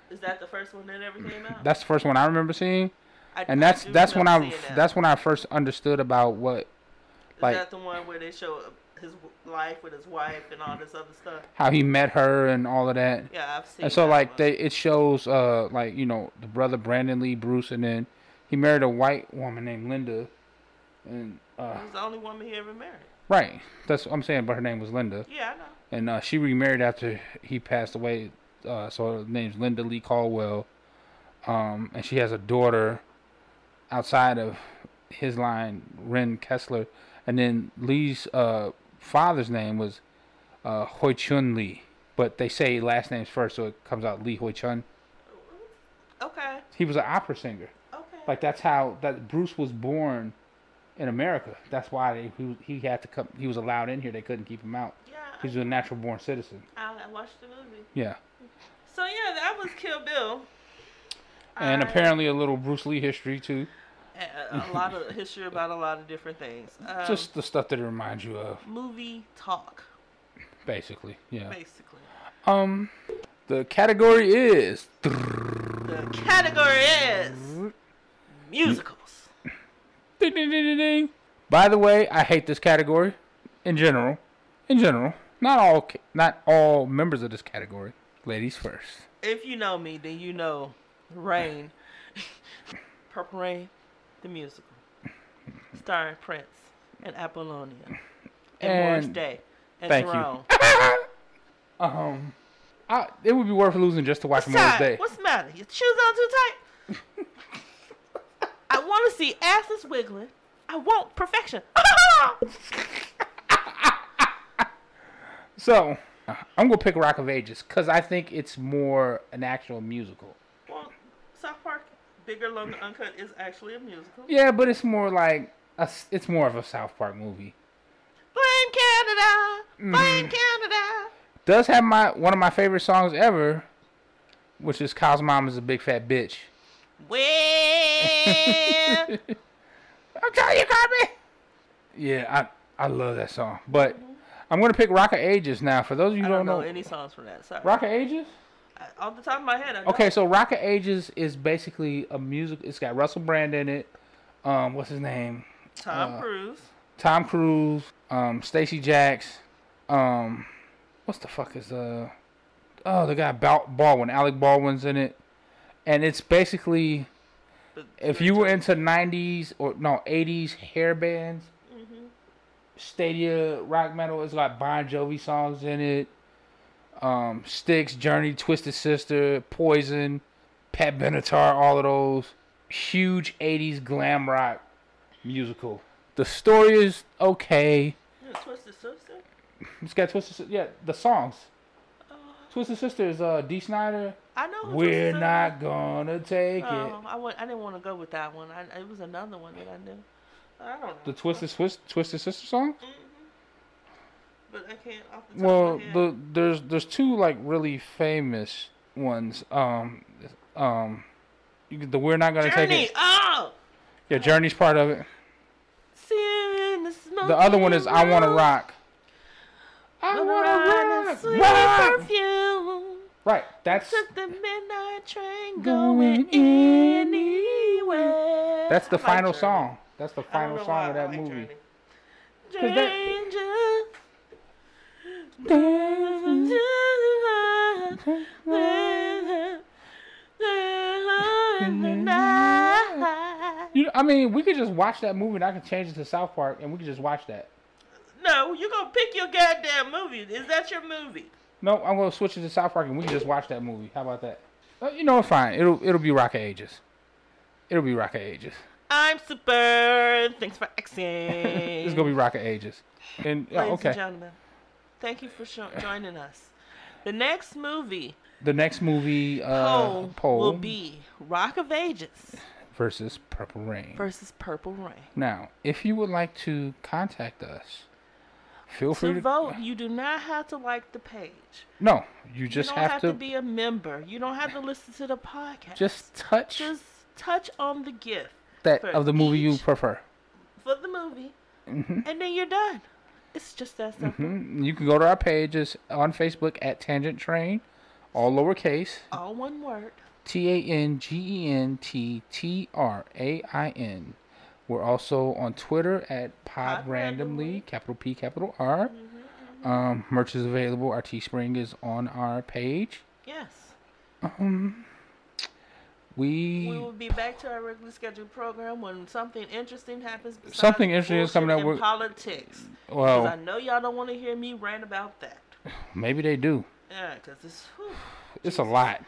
Speaker 1: is that the first one that ever came out.
Speaker 2: That's the first one I remember seeing,
Speaker 1: I-
Speaker 2: and that's
Speaker 1: do
Speaker 2: that's when
Speaker 1: remember
Speaker 2: I
Speaker 1: seeing that.
Speaker 2: that's when I first understood about what
Speaker 1: is
Speaker 2: like-
Speaker 1: that the one where they show his w- life with his wife and all this other stuff.
Speaker 2: how he met her and all of that.
Speaker 1: Yeah, I've seen.
Speaker 2: And so
Speaker 1: that
Speaker 2: like
Speaker 1: one.
Speaker 2: they it shows uh like you know the brother Brandon Lee Bruce, and then he married a white woman named Linda, and uh
Speaker 1: He was the only woman he ever married.
Speaker 2: right that's what I'm saying, but her name was Linda.
Speaker 1: Yeah, I know.
Speaker 2: and uh, she remarried after he passed away. Uh, so her name's Linda Lee Caldwell, um, and she has a daughter outside of his line, Ren Kessler, and then Lee's uh, father's name was uh, Hoi Chun Lee, but they say last names first, so it comes out Lee Hoi Chun.
Speaker 1: Okay.
Speaker 2: He was an opera singer.
Speaker 1: Okay.
Speaker 2: Like that's how that Bruce was born in America. That's why they, he he had to come. He was allowed in here. They couldn't keep him out.
Speaker 1: yeah, I-
Speaker 2: He's a natural born citizen.
Speaker 1: I, I watched the movie.
Speaker 2: Yeah.
Speaker 1: So yeah, that was Kill Bill.
Speaker 2: and
Speaker 1: I-
Speaker 2: apparently a little Bruce Lee history too.
Speaker 1: a- a lot
Speaker 2: [LAUGHS]
Speaker 1: of history about a lot of different things. Um,
Speaker 2: Just the stuff that it reminds you of,
Speaker 1: movie talk,
Speaker 2: basically. Yeah.
Speaker 1: basically.
Speaker 2: Um, the category is
Speaker 1: The category is musicals.
Speaker 2: ding, ding, ding, ding, ding. By the way, I hate this category in general. In general, not all ca- not all members of this category. Ladies first.
Speaker 1: If you know me, then you know Rain, Purple Rain, the musical, starring Prince and Apollonia and, Morris
Speaker 2: And-
Speaker 1: Day and
Speaker 2: thank you.
Speaker 1: Jerome.
Speaker 2: Um, I, it would be worth losing just to watch
Speaker 1: What's
Speaker 2: Morris
Speaker 1: tight?
Speaker 2: Day.
Speaker 1: What's the matter? Your shoes on too tight? I want to see asses wiggling. I want perfection.
Speaker 2: [LAUGHS] So I'm gonna pick Rock of Ages because I think it's more an actual musical.
Speaker 1: Well, South Park, Bigger, Longer, Uncut is actually a musical.
Speaker 2: Yeah, but it's more like a, s- it's more of a South Park movie.
Speaker 1: Blame Canada! Blame
Speaker 2: Mm-hmm.
Speaker 1: Canada!
Speaker 2: Does have my one of my favorite songs ever, which is Kyle's mom is a big fat bitch.
Speaker 1: Well,
Speaker 2: [LAUGHS] I'm telling you, Carmen. Yeah, I I love that song, but I'm gonna pick Rock of Ages now. For those of you
Speaker 1: I
Speaker 2: who
Speaker 1: don't know
Speaker 2: know,
Speaker 1: any songs from that. Sorry.
Speaker 2: Rock of Ages.
Speaker 1: I- off the top of my head, I
Speaker 2: Okay, so Rock of Ages is basically a music. It's got Russell Brand in it. Um, what's his name?
Speaker 1: know Tom
Speaker 2: uh,
Speaker 1: Cruise.
Speaker 2: Tom Cruise, um, Stacy Jacks, um, what's the fuck is uh, oh the guy Bal- Baldwin, Alec Baldwin's in it, and it's basically
Speaker 1: but-
Speaker 2: if you were into '90s or no '80s hair bands, Stadia rock metal, it's got Bon Jovi songs in it, um, Styx, Journey, Twisted Sister, Poison, Pat Benatar, all of those huge '80s glam rock musical. The story is okay.
Speaker 1: Yeah, Twisted Sister?
Speaker 2: It's got Twisted. Sis- Yeah, the songs. Twisted Sister is uh, D. Snyder.
Speaker 1: I know. who Oh,
Speaker 2: We're
Speaker 1: Twisted Sister
Speaker 2: not gonna take
Speaker 1: is.
Speaker 2: it.
Speaker 1: Oh, I, went, I didn't want to go with that one. I, it was another one that I knew. I don't know.
Speaker 2: The Twisted Swiss, Twisted Sister song.
Speaker 1: Mhm. but I can't off the top
Speaker 2: Well,
Speaker 1: of my head.
Speaker 2: the there's there's two like really famous ones. Um, um, you, the we're not gonna
Speaker 1: Journey.
Speaker 2: take it.
Speaker 1: Oh,
Speaker 2: Yeah, Journey's part of it.
Speaker 1: See in the smoke.
Speaker 2: The other one is I Wanna
Speaker 1: room.
Speaker 2: Rock. I
Speaker 1: Wanna ride a sweet
Speaker 2: rock.
Speaker 1: perfume.
Speaker 2: Right, that's
Speaker 1: Took the midnight train
Speaker 2: Going
Speaker 1: going anywhere.
Speaker 2: that's the
Speaker 1: I like
Speaker 2: final
Speaker 1: Journey.
Speaker 2: song. That's the
Speaker 1: I don't
Speaker 2: final
Speaker 1: know why
Speaker 2: song of
Speaker 1: I
Speaker 2: that
Speaker 1: like
Speaker 2: movie.
Speaker 1: Journey.
Speaker 2: 'Cause that-
Speaker 1: Danger.
Speaker 2: You, I mean, we could just watch that movie, and I could change it to South Park, and we could just watch that.
Speaker 1: [LAUGHS] No, you're gonna pick your goddamn movie. Is that your movie?
Speaker 2: No, I'm gonna switch it to South Park, and we can just watch that movie. How about that? Uh, you know, fine. It'll it'll be Rocket Ages. It'll be Rocket Ages.
Speaker 1: I'm super. Thanks for asking. [LAUGHS]
Speaker 2: It's gonna be Rocket Ages. And yeah,
Speaker 1: Ladies and
Speaker 2: okay,
Speaker 1: gentlemen, thank you for sho- joining us. The next movie
Speaker 2: the next movie uh,
Speaker 1: poll,
Speaker 2: poll
Speaker 1: will be Rock of Ages
Speaker 2: versus Purple Rain.
Speaker 1: versus Purple Rain.
Speaker 2: Now, if you would like to contact us, feel free
Speaker 1: To
Speaker 2: to
Speaker 1: vote, you do not have to like the page.
Speaker 2: No, you just
Speaker 1: you don't
Speaker 2: have, to,
Speaker 1: be a member. You don't have to listen to the podcast.
Speaker 2: just touch
Speaker 1: Just touch on the gift
Speaker 2: that
Speaker 1: for
Speaker 2: of the movie you
Speaker 1: each.
Speaker 2: prefer.
Speaker 1: for the movie,
Speaker 2: Mm-hmm.
Speaker 1: and then you're done. It's just that simple.
Speaker 2: Mm, You can go to our pages on Facebook at Tangent Train, all lowercase,
Speaker 1: All one word.
Speaker 2: T A N G E N T T R A I N. We're also on Twitter at Pod
Speaker 1: Pod
Speaker 2: Randomly,
Speaker 1: Randomly. Mm-hmm,
Speaker 2: capital P, capital R. Um, merch is available. Our Teespring is on our page.
Speaker 1: Yes.
Speaker 2: We,
Speaker 1: We will be back to our regularly scheduled program when something interesting happens. besides
Speaker 2: Something interesting is
Speaker 1: bullshit
Speaker 2: coming up
Speaker 1: and
Speaker 2: with-
Speaker 1: politics. 'Cause I
Speaker 2: well,
Speaker 1: know y'all don't want to hear me rant about that.
Speaker 2: maybe they do.
Speaker 1: Yeah, because it's. whew.
Speaker 2: It's a lot.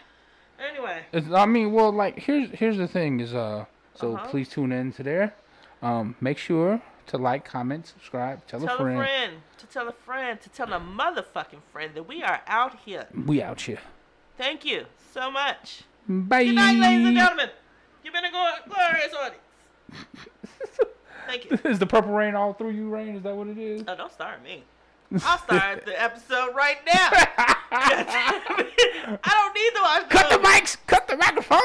Speaker 1: Anyway,
Speaker 2: It's, I mean, well, like here's here's the thing is uh, so
Speaker 1: Uh-huh.
Speaker 2: please tune in to there. Um, make sure to like, comment, subscribe, tell,
Speaker 1: tell
Speaker 2: a,
Speaker 1: a
Speaker 2: friend.
Speaker 1: friend to tell a friend to tell a motherfucking friend that we are out here.
Speaker 2: We out here.
Speaker 1: Thank you so much.
Speaker 2: Bye.
Speaker 1: Good night, ladies and gentlemen. You've been a glor- glorious audience. Thank you.
Speaker 2: [LAUGHS] Is the purple rain all through you? Rain? Is that what it is?
Speaker 1: [LAUGHS]
Speaker 2: [LAUGHS]
Speaker 1: Oh, don't start me. I'll start the episode right now. [LAUGHS] I don't need to watch
Speaker 2: Cut the
Speaker 1: movies.
Speaker 2: mics. Cut the microphone.